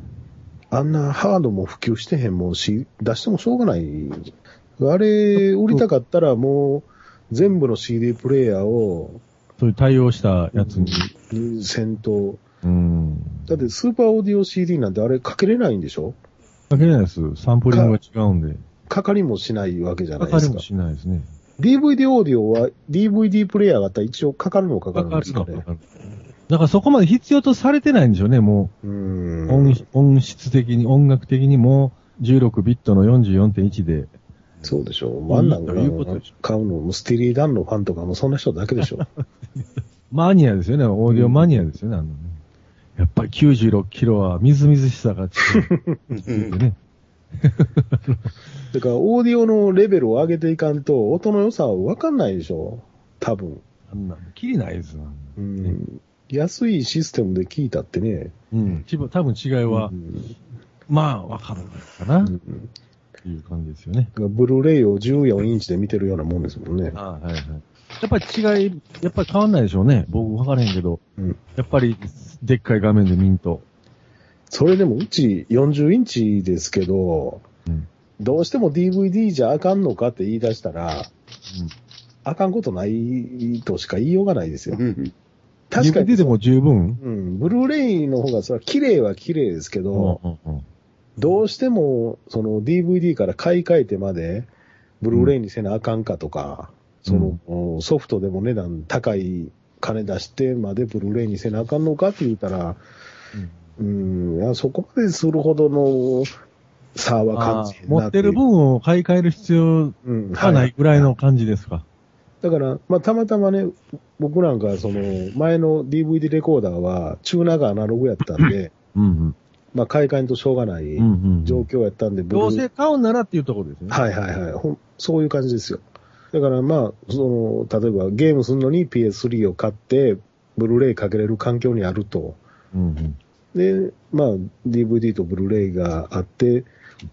Speaker 6: あんなハードも普及してへんもんし、出してもしょうがない。あれ、売りたかったらもう、全部の CD プレイヤーを、
Speaker 2: そういう対応したやつに。
Speaker 6: 戦闘。
Speaker 2: うん。
Speaker 6: だってスーパーオーディオ CD なんてあれかけれないんでしょ
Speaker 2: かけれないです。サンプリングが違うんで。
Speaker 6: かかりもしないわけじゃな
Speaker 2: か
Speaker 6: い
Speaker 2: かり
Speaker 6: です
Speaker 2: も
Speaker 6: か。
Speaker 2: しないですね。
Speaker 6: DVD オーディオは DVD プレイヤーがあったら一応かかるのかか
Speaker 2: か
Speaker 6: るん
Speaker 2: か
Speaker 6: で
Speaker 2: る
Speaker 6: す
Speaker 2: の
Speaker 6: か
Speaker 2: かか
Speaker 6: ね。
Speaker 2: る。だからそこまで必要とされてないんでしょうね、も
Speaker 6: う
Speaker 2: う。
Speaker 6: ん。
Speaker 2: 音音質的に、音楽的にも、16ビットの44.1で。
Speaker 6: そうでしょう。ワンなんか
Speaker 2: いいということでしょ
Speaker 6: 買うのもスティリー・ダンのファンとかもそんな人だけでしょ。
Speaker 2: マニアですよね、オーディオマニアですよね、あのね。やっぱり96キロはみずみずしさが違
Speaker 1: うん
Speaker 2: う ね。
Speaker 6: だからオーディオのレベルを上げていかんと音の良さは分かんないでしょ。多分。
Speaker 2: あんな、きりないですわ。
Speaker 6: うん。安いシステムで聞いたってね。
Speaker 2: うん。ちぼ多分違いは、
Speaker 6: うん
Speaker 2: まあ、わかるかな、
Speaker 6: うん
Speaker 2: っていう感じですよね。
Speaker 6: だからブルーレイを14インチで見てるようなもんですもんね。
Speaker 2: あはいはい。やっぱり違い、やっぱり変わんないでしょうね。僕分からへんけど。
Speaker 6: うん
Speaker 2: やっぱり、でっかい画面でミント。
Speaker 6: それでもうち40インチですけど、
Speaker 2: うん
Speaker 6: どうしても DVD じゃあかんのかって言い出したら、
Speaker 2: うん
Speaker 6: あかんことないとしか言いようがないですよ。
Speaker 1: うん
Speaker 6: 確か
Speaker 2: DVD
Speaker 6: に。
Speaker 2: でも十分
Speaker 6: うん、ブルーレイの方がそれは綺麗は綺麗ですけ
Speaker 2: う
Speaker 6: ど、
Speaker 2: んうんうん
Speaker 6: どうしてもその DVD から買い替えてまで、ブルーレイにせなあかんかとか、その、ソフトでも値段高い金出してまでブルーレイにせなあかんのかって言ったら、うん、いやそこまでするほどの差は
Speaker 2: あ
Speaker 6: 感じへ
Speaker 2: ー
Speaker 6: んな
Speaker 2: 持ってる
Speaker 6: いう
Speaker 2: 分を買い替える必要
Speaker 6: うん、
Speaker 2: がないぐらいの感じですか。
Speaker 6: だから、まあ、たまたまね、僕なんか、その、前の DVD レコーダーは、チューナーがアナログやった んで、
Speaker 2: うん
Speaker 6: まあ、買い替えんとしょうがない
Speaker 2: うん。うんうん。
Speaker 6: 状況やったんで、ブル
Speaker 2: どう
Speaker 6: ー
Speaker 2: せ買うんならっていうところですね。
Speaker 6: はいはいはい。ほんそういう感じですよ。だからまあ、その、例えばゲームするのに PS3 を買って、ブルーレイかけれる環境にあると。
Speaker 2: うん
Speaker 6: で、まあ、DVD とブルーレイがあって、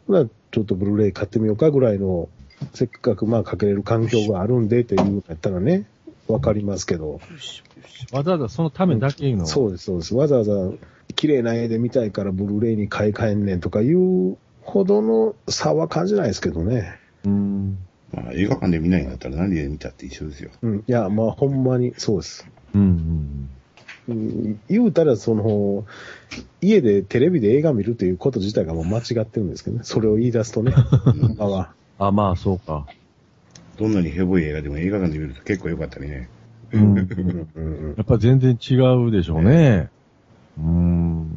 Speaker 6: まあ、ちょっとブルーレイ買ってみようかぐらいの、せっかくまあかけれる環境があるんでっていうのやったらね、わかりますけど。
Speaker 2: うん。わざわざそのためだけの。
Speaker 6: そうです、そうです。わざわざ、綺麗な絵で見たいからブルーレイに買い替えんねんとかいうほどの差は感じないですけどね。
Speaker 2: うん。
Speaker 1: まあ、映画館で見ないんだったら何で見たって一緒ですよ。
Speaker 6: うん。いや、まあほんまにそうです。
Speaker 2: うんうん。
Speaker 6: うん言うたら、その、家でテレビで映画見るということ自体がもう間違ってるんですけどね。それを言い出すとね。
Speaker 1: うん
Speaker 6: まあまあ
Speaker 2: あ、まあ、そうか。
Speaker 1: どんなにヘボい映画でも映画館で見ると結構良かったりね。
Speaker 2: うん。や
Speaker 6: うんうんうん
Speaker 2: っぱ全然違うでしょうね。うん。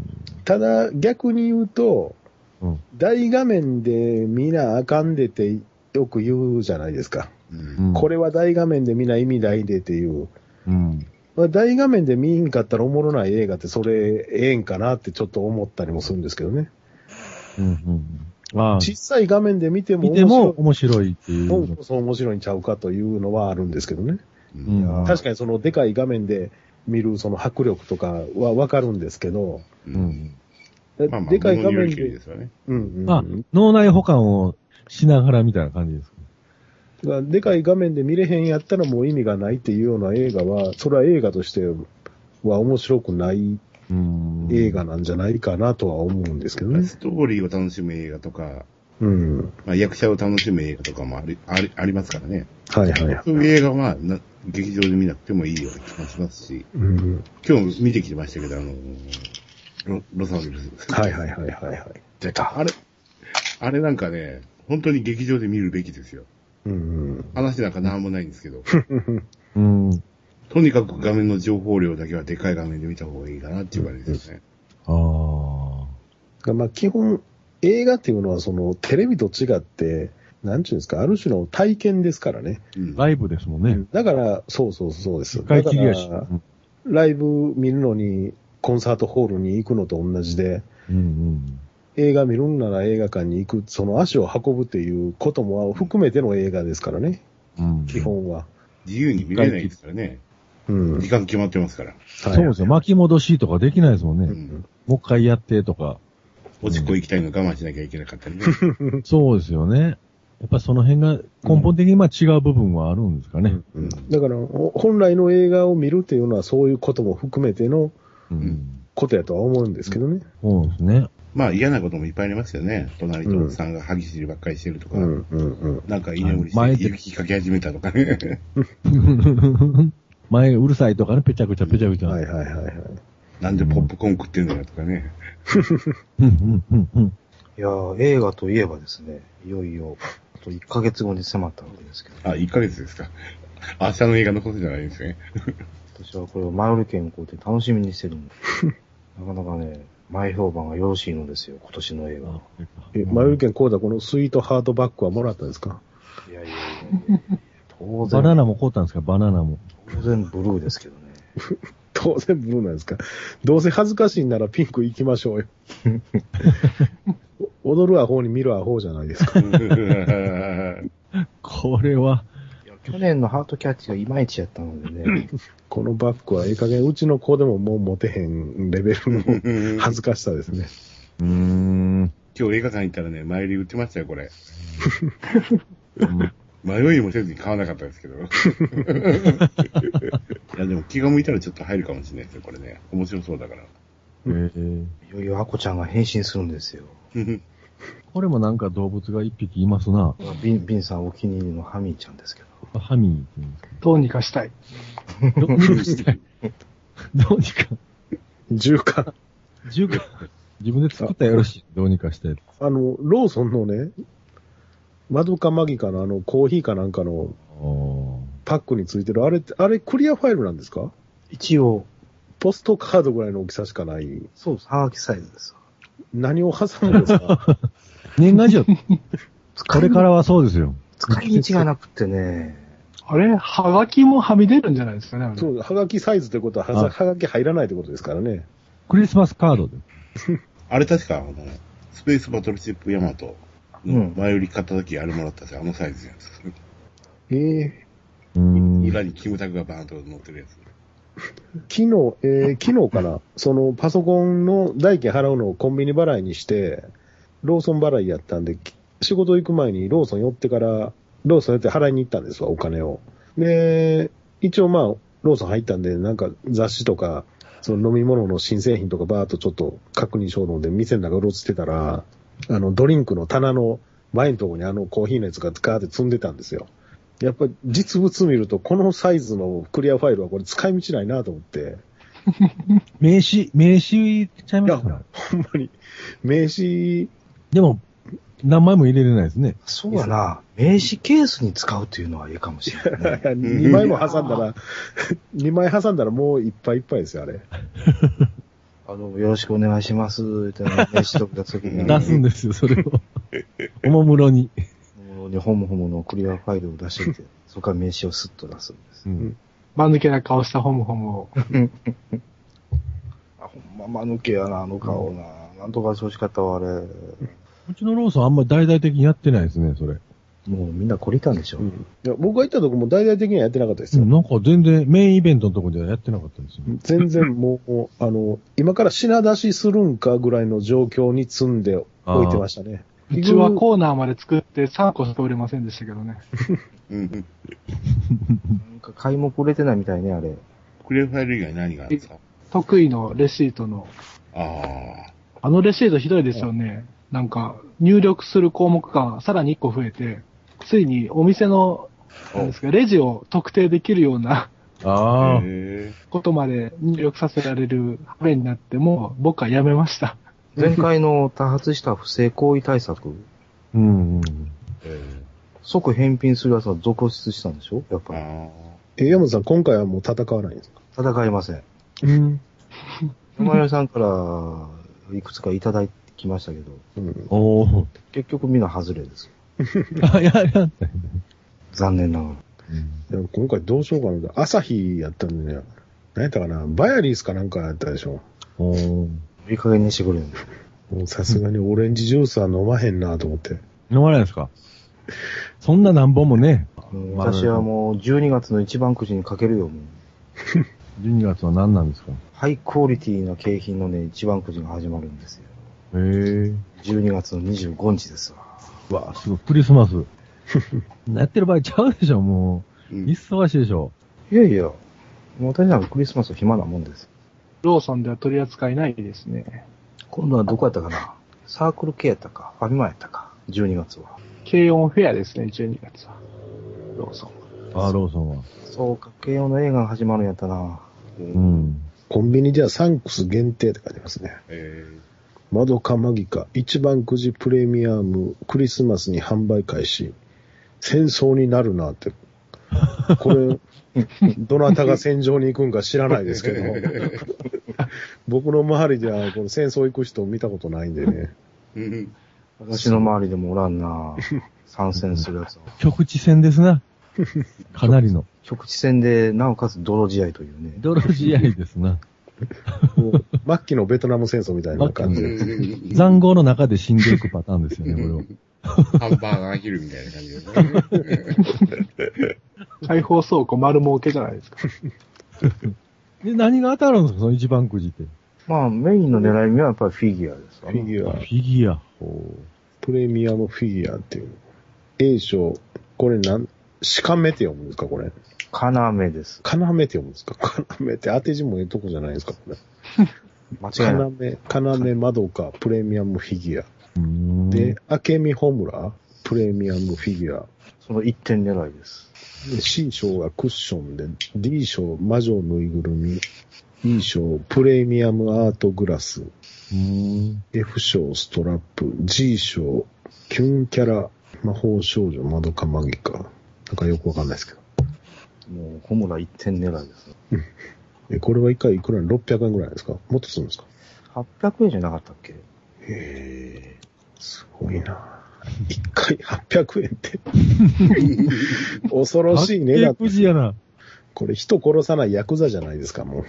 Speaker 6: ただ、逆に言うと、
Speaker 2: うん
Speaker 6: 大画面で見なあかんでってよく言うじゃないですか。
Speaker 1: うん。
Speaker 6: こ
Speaker 2: れ。
Speaker 6: れは大画面で見な意味ないでっていう。
Speaker 2: うん。
Speaker 6: まあ、大画面で見んかったらおもろない映画ってそれええんかなってちょっと思ったりもするんですけどね。
Speaker 2: うんうんうん。ああ。
Speaker 6: 小さい画面で見ても
Speaker 2: 見ても面白いっていう。
Speaker 6: 面白い、そう面白いんちゃうかというのはあるんですけどね。
Speaker 2: うん
Speaker 1: うん
Speaker 6: 確かにそのでかい画面で見るその迫力とかはわかるんですけど、
Speaker 1: うん。まあまあ、
Speaker 6: でかい画
Speaker 1: 物によ
Speaker 6: 面
Speaker 1: りきり
Speaker 6: で
Speaker 1: で、すよね。
Speaker 6: うんうん
Speaker 2: まあ、脳内保管をしながらみたいな感じですか。
Speaker 6: がでかい画面で見れへんやったらもう意味がないっていうような映画は、それは映画としては面白くない
Speaker 2: うん
Speaker 6: 映。画なんじゃないかなとは思うんですけどね。
Speaker 1: ストーリーを楽しむ映画とか、
Speaker 6: うん。
Speaker 1: まあ、役者を楽しむ映画とかもあり、あり、ありますからね。
Speaker 6: はいはい。
Speaker 1: そういう映画は、な劇場で見なくてもいいような気がしますし、
Speaker 6: うん、
Speaker 1: 今日見てきましたけど、あのー、ロロサンゼルス。
Speaker 6: はいはいはいはいはい。出た。
Speaker 1: あれ、あれなんかね、本当に劇場で見るべきですよ。
Speaker 6: うん。
Speaker 1: 話なんかなんもないんですけど、
Speaker 2: うん。
Speaker 1: とにかく画面の情報量だけはでかい画面で見た方がいいかなっていう感じですね。
Speaker 2: ああ。
Speaker 6: まあ基本、映画っていうのはそのテレビと違って、なんちゅうんですか、ある種の体験ですからね。
Speaker 1: うん。
Speaker 2: ライブですもんね。
Speaker 6: だから、そうそうそうです。
Speaker 2: 一回きりや
Speaker 6: だ
Speaker 2: し。
Speaker 6: からライブ見るのに、コンサートホールに行くのと同じで、
Speaker 2: うんうん。
Speaker 6: 映画見るんなら映画館に行く、その足を運ぶっていうことも含めての映画ですからね、
Speaker 2: うん
Speaker 6: 基。本は。
Speaker 1: 自由に見れないですからね。
Speaker 6: うん。
Speaker 1: 時間決まってますから。
Speaker 2: そうですよ。巻き戻しとかできないですもん
Speaker 1: う
Speaker 2: ね。
Speaker 1: ん。
Speaker 2: もう一回やってとか。
Speaker 1: おちっこ行きたいの我慢しなきゃいけなかったりね。
Speaker 2: そうですよね。やっぱその辺が根本的にまあ違う部分はあるんですかね。
Speaker 6: うんだから、ほ本来の映画を見るっていうのはそういうことも含めての
Speaker 2: うん。
Speaker 6: ことやとは思うんですけどね。
Speaker 2: そうですね。
Speaker 1: まあ嫌なこともいっぱいありますよね。隣とおっさんが歯ぎしりばっかりしてるとか、
Speaker 6: うんうんうん。
Speaker 1: なんか居眠りし
Speaker 2: あ前
Speaker 1: て
Speaker 2: で
Speaker 1: 雪かき始めたとかね。
Speaker 2: 前うるさいとかね、ぺちゃくちゃぺちゃくちゃ。
Speaker 6: はいはいはいはい。
Speaker 1: なんでポップコーン食ってんのよとかね。
Speaker 2: うんうんうんうん。
Speaker 3: いやー映画といえばですね、いよいよ、あと1ヶ月後に迫ったわけですけど、
Speaker 1: あ、1ヶ月ですか。明日の映画のことじゃないんですね。
Speaker 3: 私はこれを前売り券をこうやって楽しみにしてるんで、 なかなかね、前評判がよろしいのですよ、今年の映画は。
Speaker 6: え、前売り券こうだ、このスイートハートバッグはもらったんですか
Speaker 3: いやいやいやいや当
Speaker 2: バナ
Speaker 3: 然、
Speaker 2: ナも凍ったんですか、バナナも。
Speaker 3: 当然ブルーですけどね。
Speaker 6: 当然ブルーなんですかどうせ恥ずかしいんならピンク行きましょうよ。お踊るアホに見るアホじゃないですか。
Speaker 2: これは、
Speaker 3: いや去年のハートキャッチがいまいちやったので ね、
Speaker 6: このバッグはええ加減、うちの子でももう持てへんレベルの恥ずかしさですね。
Speaker 2: うーん。
Speaker 1: 今日映画館行ったらね、前売り売ってましたよ、これ。 迷いもせずに買わなかったですけど。いや、でも気が向いたらちょっと入るかもしれないですよ、これね。面白そうだから。
Speaker 2: えー
Speaker 3: いよいよアコちゃんが変身するんですよ。
Speaker 2: これもなんか動物が一匹いますな。
Speaker 3: ビン、ビンさんお気に入りのハミーちゃんですけど。
Speaker 2: ハミーって言うんですか
Speaker 7: どうにかしたい。
Speaker 2: ど うにか、どうにか、
Speaker 6: 重か。
Speaker 2: 十分自分で作ったらよろしい。どうにかして。
Speaker 6: あの、ローソンのね、マドカマギかのあの、コーヒーかなんかの
Speaker 2: お
Speaker 6: パックについてる、あれって、あれクリアファイルなんですか
Speaker 3: 一応、
Speaker 6: ポストカードぐらいの大きさしかない。
Speaker 3: そうです。ハガキサイズですわ。
Speaker 6: 何を挟むんですか
Speaker 2: 年賀状、こ
Speaker 3: 使
Speaker 2: れ
Speaker 3: い、
Speaker 2: からはそうですよ。
Speaker 3: 使い道がなくてね、
Speaker 7: あれ、はがきもはみ出るんじゃないですかね、あれ
Speaker 6: そう、はがきサイズってことは、は
Speaker 2: あ
Speaker 6: ざはがき入らないってことですからね。
Speaker 2: クリスマスカードで。
Speaker 1: あれ確か、あの、スペースバトルシップヤマトの
Speaker 3: うん
Speaker 1: 前売り買った時あれもらったんですよ。あのサイズのやつ。
Speaker 6: ええ
Speaker 2: うーん。
Speaker 1: 裏にキムタクがバーンと乗ってるやつ。
Speaker 6: 昨日、えー昨日かな、そのパソコンの代金払うのをコンビニ払いにして、ローソン払いやったんで、き仕事行く前にローソン寄ってから、ローソン寄って払いに行ったんですわ、お金を。で、一応まあ、ローソン入ったんで、なんか雑誌とか、その飲み物の新製品とかバーっとちょっと確認しようと思って、店の中うろつってたら、あの、ドリンクの棚の前のところにあのコーヒーのやつがガーって積んでたんですよ。やっぱり実物見ると、このサイズのクリアファイルはこれ使い道ないなと思って、
Speaker 2: 名刺、名刺言っちゃいましたから。
Speaker 6: ほんまに名刺、
Speaker 2: でも、名前も入れれないですね。
Speaker 3: そうやな、名刺ケースに使うっていうのはいいかもしれ ない、ね。
Speaker 6: 2枚も挟んだら、2枚挟んだらもういっぱいいっぱいですよ、あれ。
Speaker 3: あの、よろしくお願いします、って名刺とか出す時 に。
Speaker 2: 出すんですよ、それ を。おもむろに。
Speaker 3: もう日本も本物のクリアファイルを出して きて、そこから名刺をスッと出すんです。
Speaker 2: うん
Speaker 7: 間抜けな顔したホムホムを。
Speaker 3: あ、ほんま、間抜けやな、あの顔な。なんとかしてほしかったわ、あれ。
Speaker 2: うちのローソンあんまり大々的にやってないですね、それ。
Speaker 3: もうみんな懲りたんでしょ。
Speaker 6: いや僕が行ったとこも大々的にはやってなかったです
Speaker 2: う
Speaker 6: よ
Speaker 2: ん。なんか全然メインイベントのとこではやってなかったんですよ。
Speaker 6: 全然もう、あの、今から品出しするんかぐらいの状況に積んで置いてましたね。
Speaker 7: うちはコーナーまで作って3個しか売れませんでしたけどね。
Speaker 1: うん。
Speaker 3: なんか買いもくれてないみたいね、あれ。
Speaker 1: クリアファイル以外何があるんですか
Speaker 7: 得意のレシートの。
Speaker 1: あ
Speaker 7: あのレシートひどいですよね。なんか、入力する項目がさらに1個増えて、ついにお店の、なんですか、レジを特定できるような
Speaker 2: あ
Speaker 1: あ。
Speaker 2: あ、
Speaker 1: へ
Speaker 7: ことまで入力させられる羽目になって、もう僕はやめました。
Speaker 3: 前回の多発した不正行為対策、
Speaker 2: うん、うん。
Speaker 1: え。え
Speaker 3: 即返品するやつは続出したんでしょやっ
Speaker 1: え
Speaker 3: ぱり。
Speaker 1: あ
Speaker 6: え、山本さん、今回はもう戦わないんですか
Speaker 3: 戦いません。
Speaker 6: うん。
Speaker 3: 山根さんからいくつかいただいてきましたけど、
Speaker 2: おお。
Speaker 3: 結局みんな外れです。
Speaker 2: あ、いや、いや、
Speaker 3: 残念ながら。
Speaker 6: でも今回どうしようかな。朝日やったんでね、何やったかな、バヤリースかなんかやったでしょ。
Speaker 2: おお。
Speaker 3: いい加減にしてくれよね。
Speaker 6: もうさすがにオレンジジュースは飲まへんなと思って。
Speaker 2: 飲まないですかそんな何本もね。
Speaker 3: うん私はもう12月の一番くじにかけるよ、もう。
Speaker 2: 12月は何なんですかへ
Speaker 3: ハイクオリティな景品のね、一番くじが始まるんですよ。
Speaker 2: えー。
Speaker 3: 12月の25日ですわ。
Speaker 2: うわあ、すごい、クリスマス。やってる場合ちゃうでしょ、もう。
Speaker 1: うん
Speaker 2: 忙しいでしょ。
Speaker 3: いやいや、もう私なんかクリスマスは暇なもんですよ。
Speaker 7: ローソンでは取り扱いないですね。
Speaker 3: 今度はどこやったかなサークル系やったか、ファミマやったか、12月は。
Speaker 7: 軽音フェアですね、12月は。ローソンは。
Speaker 2: ああ、ローソンは。
Speaker 3: そうか、慶応の映画が始まるんやったな。
Speaker 2: うん。
Speaker 6: コンビニではサンクス限定って書いてますね。
Speaker 1: ええ
Speaker 6: まどかマギカ、一番くじプレミアム、クリスマスに販売開始、戦争になるなって。これ、どなたが戦場に行くんか知らないですけど、僕の周りではこの戦争行く人見たことないんでね。
Speaker 1: うん
Speaker 3: 私の周りでもおらんな。参戦するやつは。
Speaker 2: 局地戦ですな。かなりの。
Speaker 3: 局地戦で、なおかつ泥試合というね。
Speaker 2: 泥試合ですな。
Speaker 6: もう末期のベトナム戦争みたいな感じ
Speaker 1: う
Speaker 6: で。
Speaker 1: ん
Speaker 2: 残酷の中で死んでいくパターンですよね、これは。
Speaker 1: ハンバーガーヒルみたいな感じでね。
Speaker 7: 開放倉庫丸儲けじゃないです か。
Speaker 2: で、何が当たるんですか、その一番くじって。
Speaker 3: まあ、メインの狙い目はやっぱりフィギュアですわ
Speaker 6: フィ
Speaker 3: ね。
Speaker 6: ギュア
Speaker 2: フ、ィギュア。
Speaker 6: プレミアムフィギュアっていう。A 賞、これなん、しかめって読むんですかこれ。
Speaker 3: 要です。
Speaker 6: かなめって読むんですかかなめって当て字もええとこじゃないですかこれ。
Speaker 3: 間違
Speaker 6: か
Speaker 3: いな。
Speaker 6: ないめ、かなめまどかプレミアムフィギュア。
Speaker 2: うーん。
Speaker 6: で、あけみほむらプレミアムフィギュア。
Speaker 3: その一点狙いです。
Speaker 6: で C 賞がクッションで、D 賞魔女ぬいぐるみ。E 賞プレミアムアートグラス。
Speaker 2: うーん。
Speaker 6: F 賞ストラップ。G 賞キュンキャラ魔法少女まどかマギか。なんかよくわかんないですけど。
Speaker 3: もう、小村一点狙いです。
Speaker 6: え、これは一回いくらなの ?600 円ぐらいですかもっとするんですか
Speaker 3: 800円じゃなかったっけ
Speaker 6: へえ。すごいな。一回800円って。恐ろしいね。だって
Speaker 2: 800時やな。
Speaker 6: これ人殺さないヤクザじゃないですか、もう。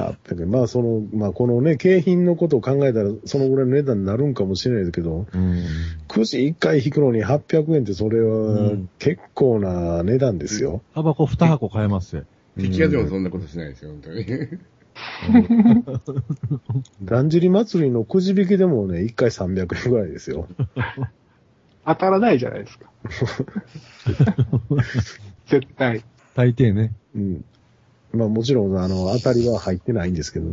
Speaker 6: 800円。まあ、その、まあ、このね、景品のことを考えたら、そのぐらいの値段になるんかもしれないですけど、
Speaker 2: うん。
Speaker 6: くじ1回引くのに800円ってそれ
Speaker 2: う
Speaker 6: は
Speaker 2: ん
Speaker 6: 結構な値段ですよ。
Speaker 2: タバコ2箱買えますよ。
Speaker 1: 敵屋ではそんなことしないですよ、本当に。
Speaker 6: だんじり祭りのくじ引きでもね、1回300円ぐらいですよ。
Speaker 7: 当たらないじゃない ですか。絶対。
Speaker 2: 大抵ね。
Speaker 6: うん。まあもちろん、あの、当たりは入ってないんですけ ど。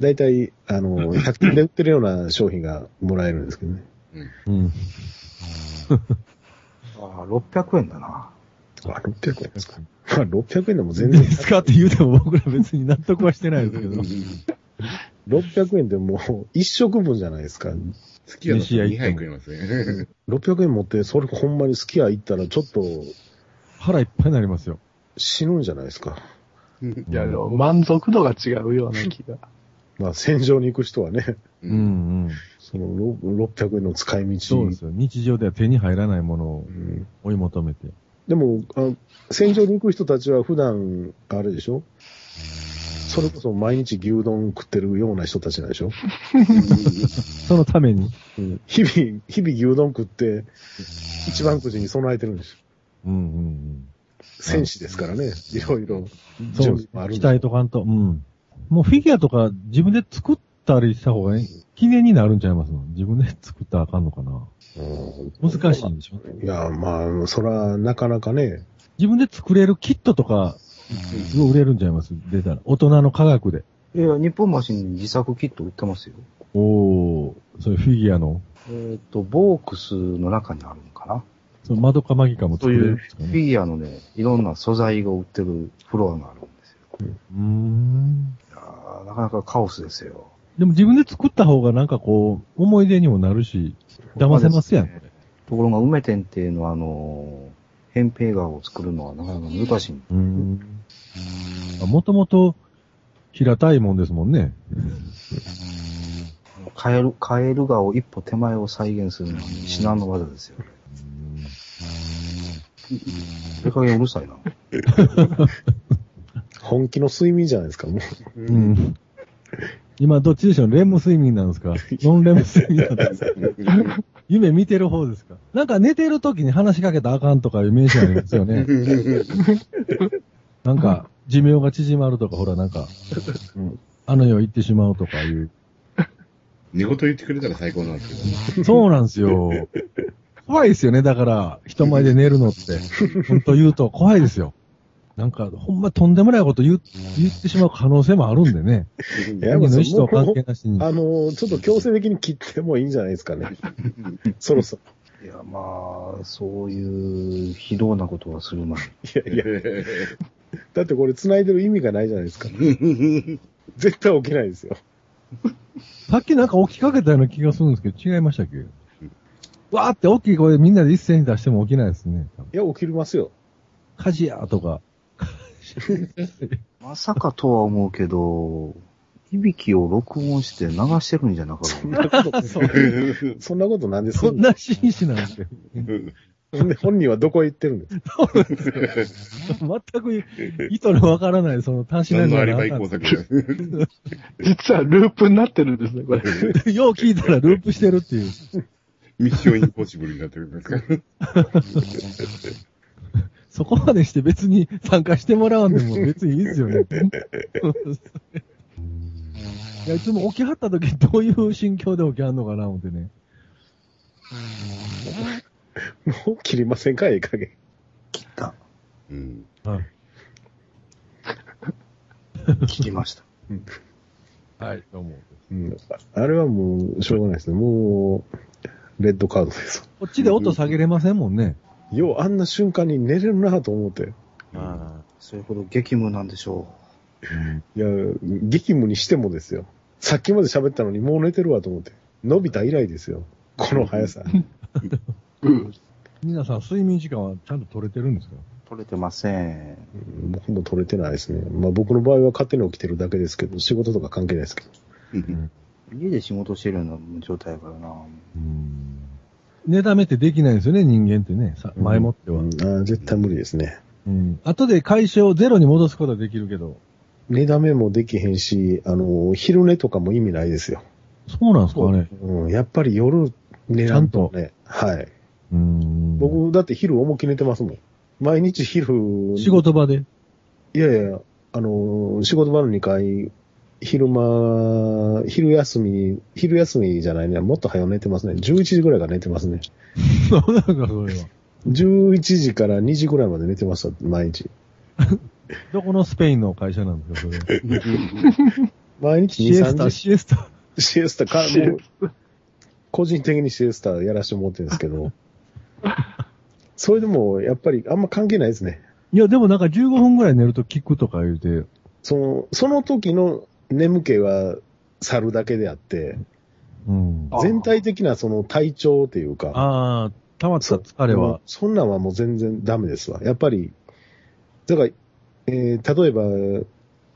Speaker 6: だいたい、あの、100均で売ってるような商品がもらえるんですけどね。
Speaker 2: うん。
Speaker 3: ああ、600円だな。
Speaker 6: あ、600円ですか。まあ600円でも全然、
Speaker 2: ですかって言うても僕ら別に納得はしてないですけど。
Speaker 6: 600円でもう1食分じゃないですか。
Speaker 1: 好きやの2杯食いますね。
Speaker 6: 600円持って、それほんまに好きや行ったらちょっと
Speaker 2: 腹いっぱいになりますよ。
Speaker 6: 死ぬんじゃないですか。
Speaker 7: いや、でも満足度が違うような気が。
Speaker 6: まあ戦場に行く人はね、
Speaker 2: う。んうん。
Speaker 6: その600円の使い道。
Speaker 2: そうですよ。日常では手に入らないものを
Speaker 6: うん
Speaker 2: 追い求めて。
Speaker 6: でも、あ戦場に行く人たちは普段、あれでしょそれこそ毎日牛丼食ってるような人たちなんでしょ、
Speaker 2: そのために。
Speaker 6: うん、日々、日々牛丼食って、一番くじに備えてるんですよ。
Speaker 2: うんうん
Speaker 6: 戦士ですからね、いろいろ
Speaker 2: うん。そ
Speaker 6: 準
Speaker 2: う
Speaker 6: 備もあるん
Speaker 2: 期
Speaker 6: で
Speaker 2: 待とかんと。うん。もうフィギュアとか自分で作ったりした方がいい記念になるんちゃいますの自分で作ったらあかんのかな
Speaker 6: うん
Speaker 2: 難しいんでしょ
Speaker 6: いや、まあ、そら、なかなかね、
Speaker 2: 自分で作れるキットとか、すごい売れるんちゃいます出たら。大人の科学で。
Speaker 3: いや、日本橋に自作キット売ってますよ。
Speaker 2: おお、そういうフィギュアの、
Speaker 3: えっ、と、ボークスの中にあるのかな。
Speaker 2: その窓かマギかも
Speaker 3: そ
Speaker 2: 作
Speaker 3: う
Speaker 2: れ
Speaker 3: い
Speaker 2: る
Speaker 3: うん
Speaker 2: ですか
Speaker 3: フ
Speaker 2: ね。
Speaker 3: ィギュアのね、いろんな素材が売ってるフロアがあるんですよ。
Speaker 2: うーん。
Speaker 3: いやーなかなかカオスですよ。
Speaker 2: でも自分で作った方がなんかこう、思い出にもなるし、騙せますやん。
Speaker 3: ところが、梅天っていうのは、あのー、扁平画を作るのはなかなか難しい。
Speaker 2: うーん。もともと、平たいもんですもんね。
Speaker 3: カエル、カエル画を一歩手前を再現するのは至難の技ですよ。それかげうるさいな。
Speaker 6: 本気の睡眠じゃないですか、もう。
Speaker 2: うん。今どっちでしょうレム睡眠なんですかノンレム睡眠なんですか夢見てる方ですかなんか寝てる時に話しかけたらあかんとかいう名詞ありますよね。なんか、寿命が縮まるとか、ほらなんか、あの世行ってしまうとかいう。
Speaker 1: 寝言言ってくれたら最高なんですけどね。
Speaker 2: そうなんですよ。怖いですよね。だから、人前で寝るのって。本当言うと怖いですよ。なんか、ほんまとんでもないこと言う言ってしまう可能性もあるんでね。
Speaker 6: いや
Speaker 2: 本
Speaker 6: もう
Speaker 2: 人
Speaker 6: そ
Speaker 2: の意思
Speaker 6: う
Speaker 2: とは関係なしに。
Speaker 6: あの、ちょっと強制的に切ってもいいんじゃないですかね。そろそ
Speaker 3: いや、まあ、そういう非道なことはするまい。
Speaker 6: ろ。いやいや、だってこれ繋いでる意味がないじゃない ですか。絶対起きないですよ。
Speaker 2: さっきなんか起きかけたような気がするんですけど、違いましたっけわーって大きい声でみんなで一斉に出しても起きないですね。多分
Speaker 6: いや、起きますよ。
Speaker 2: 火事やとか。
Speaker 3: まさかとは思うけど、いびきを録音して流してるんじゃなかった
Speaker 6: そんなこと、そん そんなことなんです
Speaker 2: そんな紳士なんですよ。
Speaker 6: で本人はどこへ行ってるんですか
Speaker 2: 全く意図のわからない、その単身
Speaker 1: 何のアリ
Speaker 2: の
Speaker 1: バイ工作です。
Speaker 7: 実はループになってるんですね、これ。
Speaker 2: よう聞いたらループしてるっていう。
Speaker 1: ミッションインポッシブルになってるんですか
Speaker 2: そこまでして別に参加してもらわんでも別にいいですよ ね。いや、いつも起きはった時どういう心境で起きはんのかな思ってね。
Speaker 6: もう切りませんかええ加減。
Speaker 3: 切った。
Speaker 1: うん。
Speaker 2: はい。
Speaker 3: 聞きました。
Speaker 2: はい、どうも。
Speaker 6: うん。あれはもう、しょうがないですね。もう、レッドカードです。
Speaker 2: こっちで音下げれませんもんね。
Speaker 6: よう、あんな瞬間に寝れるなと思って。
Speaker 3: それほど激務なんでしょ
Speaker 6: いや、激務にしてもですよ。さっきまで喋ったのにもう寝てるわと思って。伸びた以来ですよ。この速 さ。
Speaker 2: 皆さん睡眠時間はちゃんと取れてるんですか
Speaker 3: う。取れてません。
Speaker 6: うん僕も取れてないですね。まあ僕の場合は勝手に起きてるだけですけど、仕事とか関係ないですけど。
Speaker 3: 家で仕事してるような状態やからな。
Speaker 2: うん。寝だめってできないんですよね、人間ってね。さ前もっては。
Speaker 6: う
Speaker 2: うんん。
Speaker 6: あー絶対無理ですね。
Speaker 2: 後で会社をゼロに戻すことはできるけど。
Speaker 6: 寝だめもできへんし、あの、昼寝とかも意味ないですよ。
Speaker 2: そうなんですかね。
Speaker 6: うん、やっぱり夜寝らんとね。はい。
Speaker 2: うん。
Speaker 6: 僕、だって昼思いっきり寝てますもん。毎日昼。
Speaker 2: 仕事場で。
Speaker 6: いやいや、あの、仕事場の2回、昼間、昼休み、昼休みじゃないね。もっと早う寝てますね。11時ぐらいから寝てますね。
Speaker 2: そうなんか、それは。
Speaker 6: 11時から2時ぐらいまで寝てました、毎日。
Speaker 2: どこのスペインの会社なんですか、それ。
Speaker 6: 毎日
Speaker 2: シ
Speaker 6: 2、
Speaker 2: エ
Speaker 6: 3
Speaker 2: スタ、
Speaker 6: 時。
Speaker 2: シエスタ。
Speaker 6: シエスタか、
Speaker 7: シエ
Speaker 6: もう、個人的にシエスタやらしてもらってるんですけど、それでも、やっぱりあんま関係ないですね。
Speaker 2: いや、でもなんか15分ぐらい寝ると効くとか言うて、
Speaker 6: その、その時の眠気は去るだけであって、
Speaker 2: うん。
Speaker 7: あー
Speaker 6: 全体的なその体調っていうか、
Speaker 2: ああ、たまった
Speaker 6: そう
Speaker 2: 疲れ
Speaker 6: もう
Speaker 2: は。
Speaker 6: そんなんはもう全然ダメですわ。やっぱり、だから、えー例えば、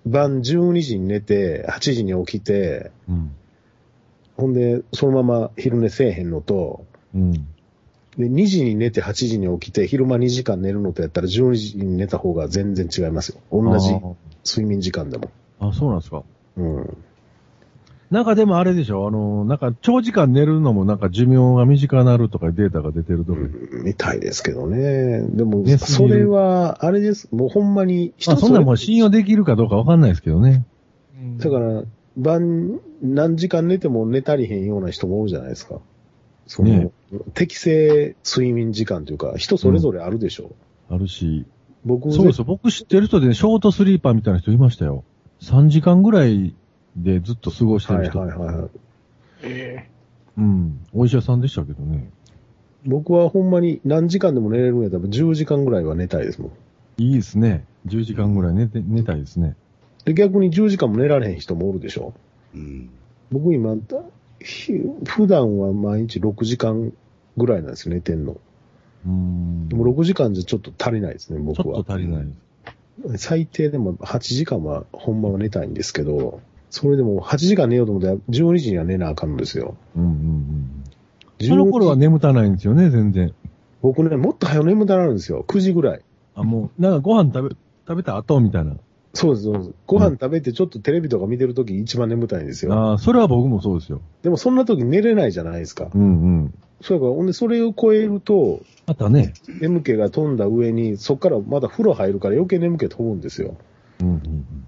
Speaker 6: 晩12時に寝て、8時に起きて、
Speaker 2: うん。
Speaker 6: ほんで、そのまま昼寝せえへんのと、
Speaker 2: うん。
Speaker 6: で、2時に寝て8時に起きて、昼間2時間寝るのとやったら12時に寝た方が全然違いますよ。同じ睡眠時間でも。
Speaker 2: あーあ、そうなんですか。
Speaker 6: うん。
Speaker 2: なんかでもあれでしょあの、なんか長時間寝るのもなんか寿命が短くなるとかデータが出てるとか。
Speaker 6: みたいですけどね。でも
Speaker 2: 寝、すぎ
Speaker 6: そ
Speaker 2: る
Speaker 6: れは、あれです。もうほんまに
Speaker 2: まあそんなんもう信用
Speaker 6: だ
Speaker 2: できるかどうかわかんないですけどね。
Speaker 7: うん
Speaker 6: から、晩、何時間寝ても寝足りへんような人もおるじゃないですか。その、
Speaker 2: ね
Speaker 6: 適正睡眠時間というか、人それぞれあるでしょう。
Speaker 2: あるし。
Speaker 6: 僕
Speaker 2: そうですよ。僕知ってる人で、ショートスリーパーみたいな人いましたよ。3時間ぐらいでずっと過ごして
Speaker 6: は
Speaker 2: る
Speaker 6: い
Speaker 2: 人。
Speaker 6: はいはいはい。
Speaker 7: え
Speaker 2: うん。お医者さんでしたけどね。
Speaker 6: 僕はほんまに何時間でも寝れるんやったら10時間ぐらいは寝たいですもん。
Speaker 2: いいですね。10時間ぐらい寝て、寝たいですね。
Speaker 6: で、逆に10時間も寝られへん人もおるでしょ。
Speaker 1: うん。
Speaker 6: 僕今、だひ普段は毎日6時間ぐらいなんですよ、寝てんの。
Speaker 2: うーん。
Speaker 6: でも6時間じゃちょっと足りないですね、
Speaker 2: ち
Speaker 6: 僕
Speaker 2: ょ
Speaker 6: は
Speaker 2: っ。と足りない。
Speaker 6: 最低でも8時間は、ほんまは寝たいんですけど、それでも8時間寝ようと思ったら12時には寝なあかんのですよ。
Speaker 2: うんうんうん。
Speaker 6: 12
Speaker 2: その頃は眠たないんですよね、全然。
Speaker 6: 僕ね、もっと早眠たなるんですよ。9時ぐらい。
Speaker 2: あ、もう、なんかご飯食べ、食べた後みたいな。
Speaker 6: そうです、そうです。ご飯食べてちょっとテレビとか見てるとき一番眠たいんですよ。
Speaker 2: ああ、それは僕もそうですよ。
Speaker 6: でもそんなとき寝れないじゃないですか。
Speaker 2: うんうん。
Speaker 6: そうか、ほんでそれを超えると、
Speaker 2: またね。
Speaker 6: 眠気が飛んだ上に、そこからまだ風呂入るから余計眠気飛ぶんですよ。
Speaker 2: うんうん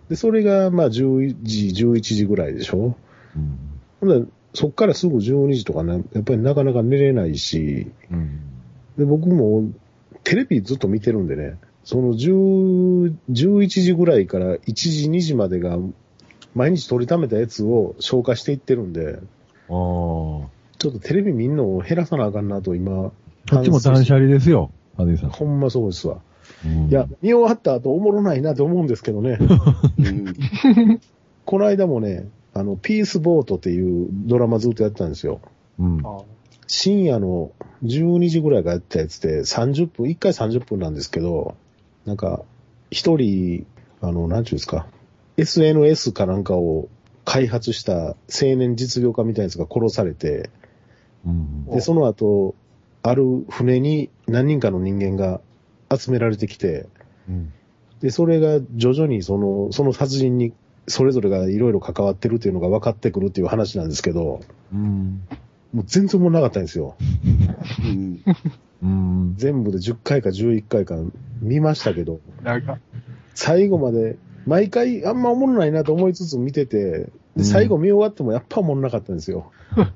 Speaker 6: で、それがまあ10時、11時ぐらいでしょ。
Speaker 2: うん。
Speaker 6: ほんならそこからすぐ12時とかね、やっぱりなかなか寝れないし、
Speaker 2: うん。
Speaker 6: で、僕もテレビずっと見てるんでね、その10、11時ぐらいから1時、2時までが、毎日取りためたやつを消化していってるんで、
Speaker 2: ああ。こ
Speaker 6: ちょっとテレビ見んのを減らさなあかんなと今、
Speaker 2: っちも断捨離ですよ、ハディさん。
Speaker 6: ほんまそうですわ。
Speaker 2: うん
Speaker 6: いや、見終わった後おもろないなと思うんですけどね。
Speaker 1: うん。
Speaker 6: この間もね、あの、ピースボートっていうドラマずっとやってたんですよ。
Speaker 2: うん。
Speaker 7: あ
Speaker 6: 深夜の12時ぐらいからやってたやつで30分、1回30分なんですけど、なんか、一人、あの、なんちゅうんですか、SNS かなんかを開発した青年実業家みたいなやつが殺されて、
Speaker 2: うん
Speaker 6: で、その後、ある船に何人かの人間が集められてきて、
Speaker 2: うん。
Speaker 6: で、それが徐々にその、その殺人にそれぞれがいろいろ関わってるっていうのが分かってくるっていう話なんですけど、
Speaker 2: うん。
Speaker 6: もう全然もなかったんですよ。
Speaker 1: うん。
Speaker 2: うん。
Speaker 6: 全部で10回か11回か見ましたけど、
Speaker 7: なんか、
Speaker 6: 最後まで、毎回あんまおもろないなと思いつつ見てて、
Speaker 2: うん
Speaker 6: で最後見終わってもやっぱおもろなかったんですよ。
Speaker 2: うん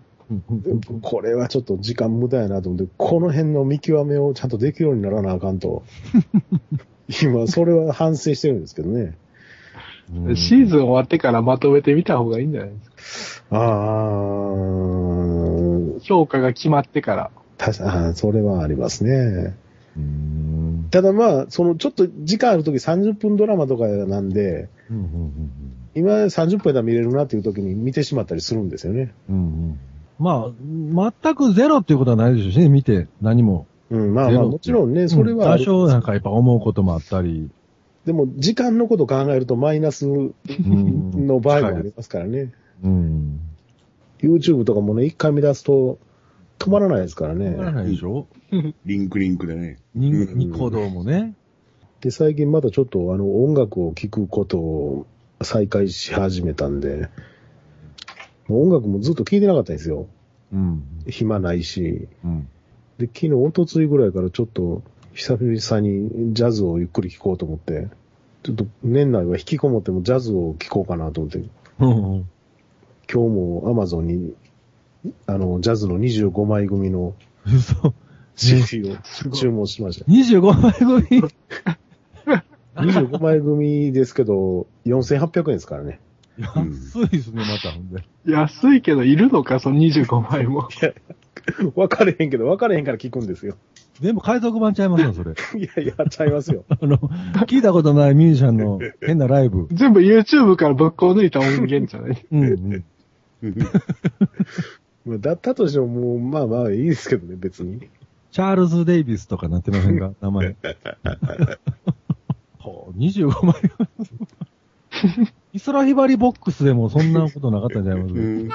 Speaker 6: でこれはちょっと時間無駄やなと思って、この辺の見極めをちゃんとできるようにならなあかん と。今、それは反省してるんですけどね。
Speaker 2: うん
Speaker 7: シーズン終わってからまとめてみた方がいいんじゃないですか。
Speaker 6: あー
Speaker 7: 評価が決まってから。
Speaker 6: 確かあー、それはありますね。
Speaker 2: うん。
Speaker 6: ただまあ、そのちょっと時間あるとき30分ドラマとかなんで、
Speaker 2: うんうん
Speaker 6: 今30分で見れるなっていう時に見てしまったりするんですよね。
Speaker 2: うんうん。まあ、全くゼロっていうことはないでしょうしね、見て、何も。
Speaker 6: うん、まあ
Speaker 2: ゼ
Speaker 6: まあ
Speaker 2: ロ
Speaker 6: もちろんね、それはあ
Speaker 2: 多
Speaker 6: る、
Speaker 2: 少なんかやっぱ思うこともあったり。
Speaker 6: でも時間のこと考えるとマイナス
Speaker 2: うん
Speaker 6: の場合もありますからね。
Speaker 2: うん。
Speaker 6: YouTube とかもね、一回見出すと止まらないですから
Speaker 2: わから
Speaker 6: ね。
Speaker 2: ないでしょ
Speaker 1: リンクリンクでね。
Speaker 2: ニ
Speaker 1: うん
Speaker 2: ニコ動もね。
Speaker 6: で、最近またちょっとあの音楽を聴くことを再開し始めたんで、もう音楽もずっと聴いてなかったんですよ。
Speaker 2: うん。
Speaker 6: 暇ないし。
Speaker 2: うん。
Speaker 6: で、昨日、一昨日ぐらいからちょっと久々にジャズをゆっくり聴こうと思って、ちょっと年内は引きこもってもジャズを聴こうかなと思って、
Speaker 2: うん
Speaker 6: 今日も Amazon に、あの、ジャズの25枚組の
Speaker 2: 嘘。
Speaker 6: CD を
Speaker 7: すごい
Speaker 6: 注文しました。
Speaker 2: 25枚組。
Speaker 6: 25枚組ですけど、4800円ですからね。
Speaker 2: 安いですね、また。ほんで。
Speaker 7: 安いけど、いるのか、その25枚も。
Speaker 6: 分かれへんけど、分かれへんから聞くんですよ。
Speaker 2: 全部海賊版ちゃいますよ、それ。
Speaker 6: いやいや、ちゃいますよ。
Speaker 2: あの、聞いたことないミュージシャンの変なライブ。
Speaker 7: 全部 YouTube からぶっこ抜いた音源じゃない
Speaker 2: うん、うん。
Speaker 6: まあだったとしても、もう、まあまあいいですけどね、別に。
Speaker 2: チャールズ・デイビスとかなってませんか名前。ほう、25枚。 イソラヒバリボックスでもそんなことなかったんじゃないます
Speaker 1: うん。
Speaker 5: ラジオ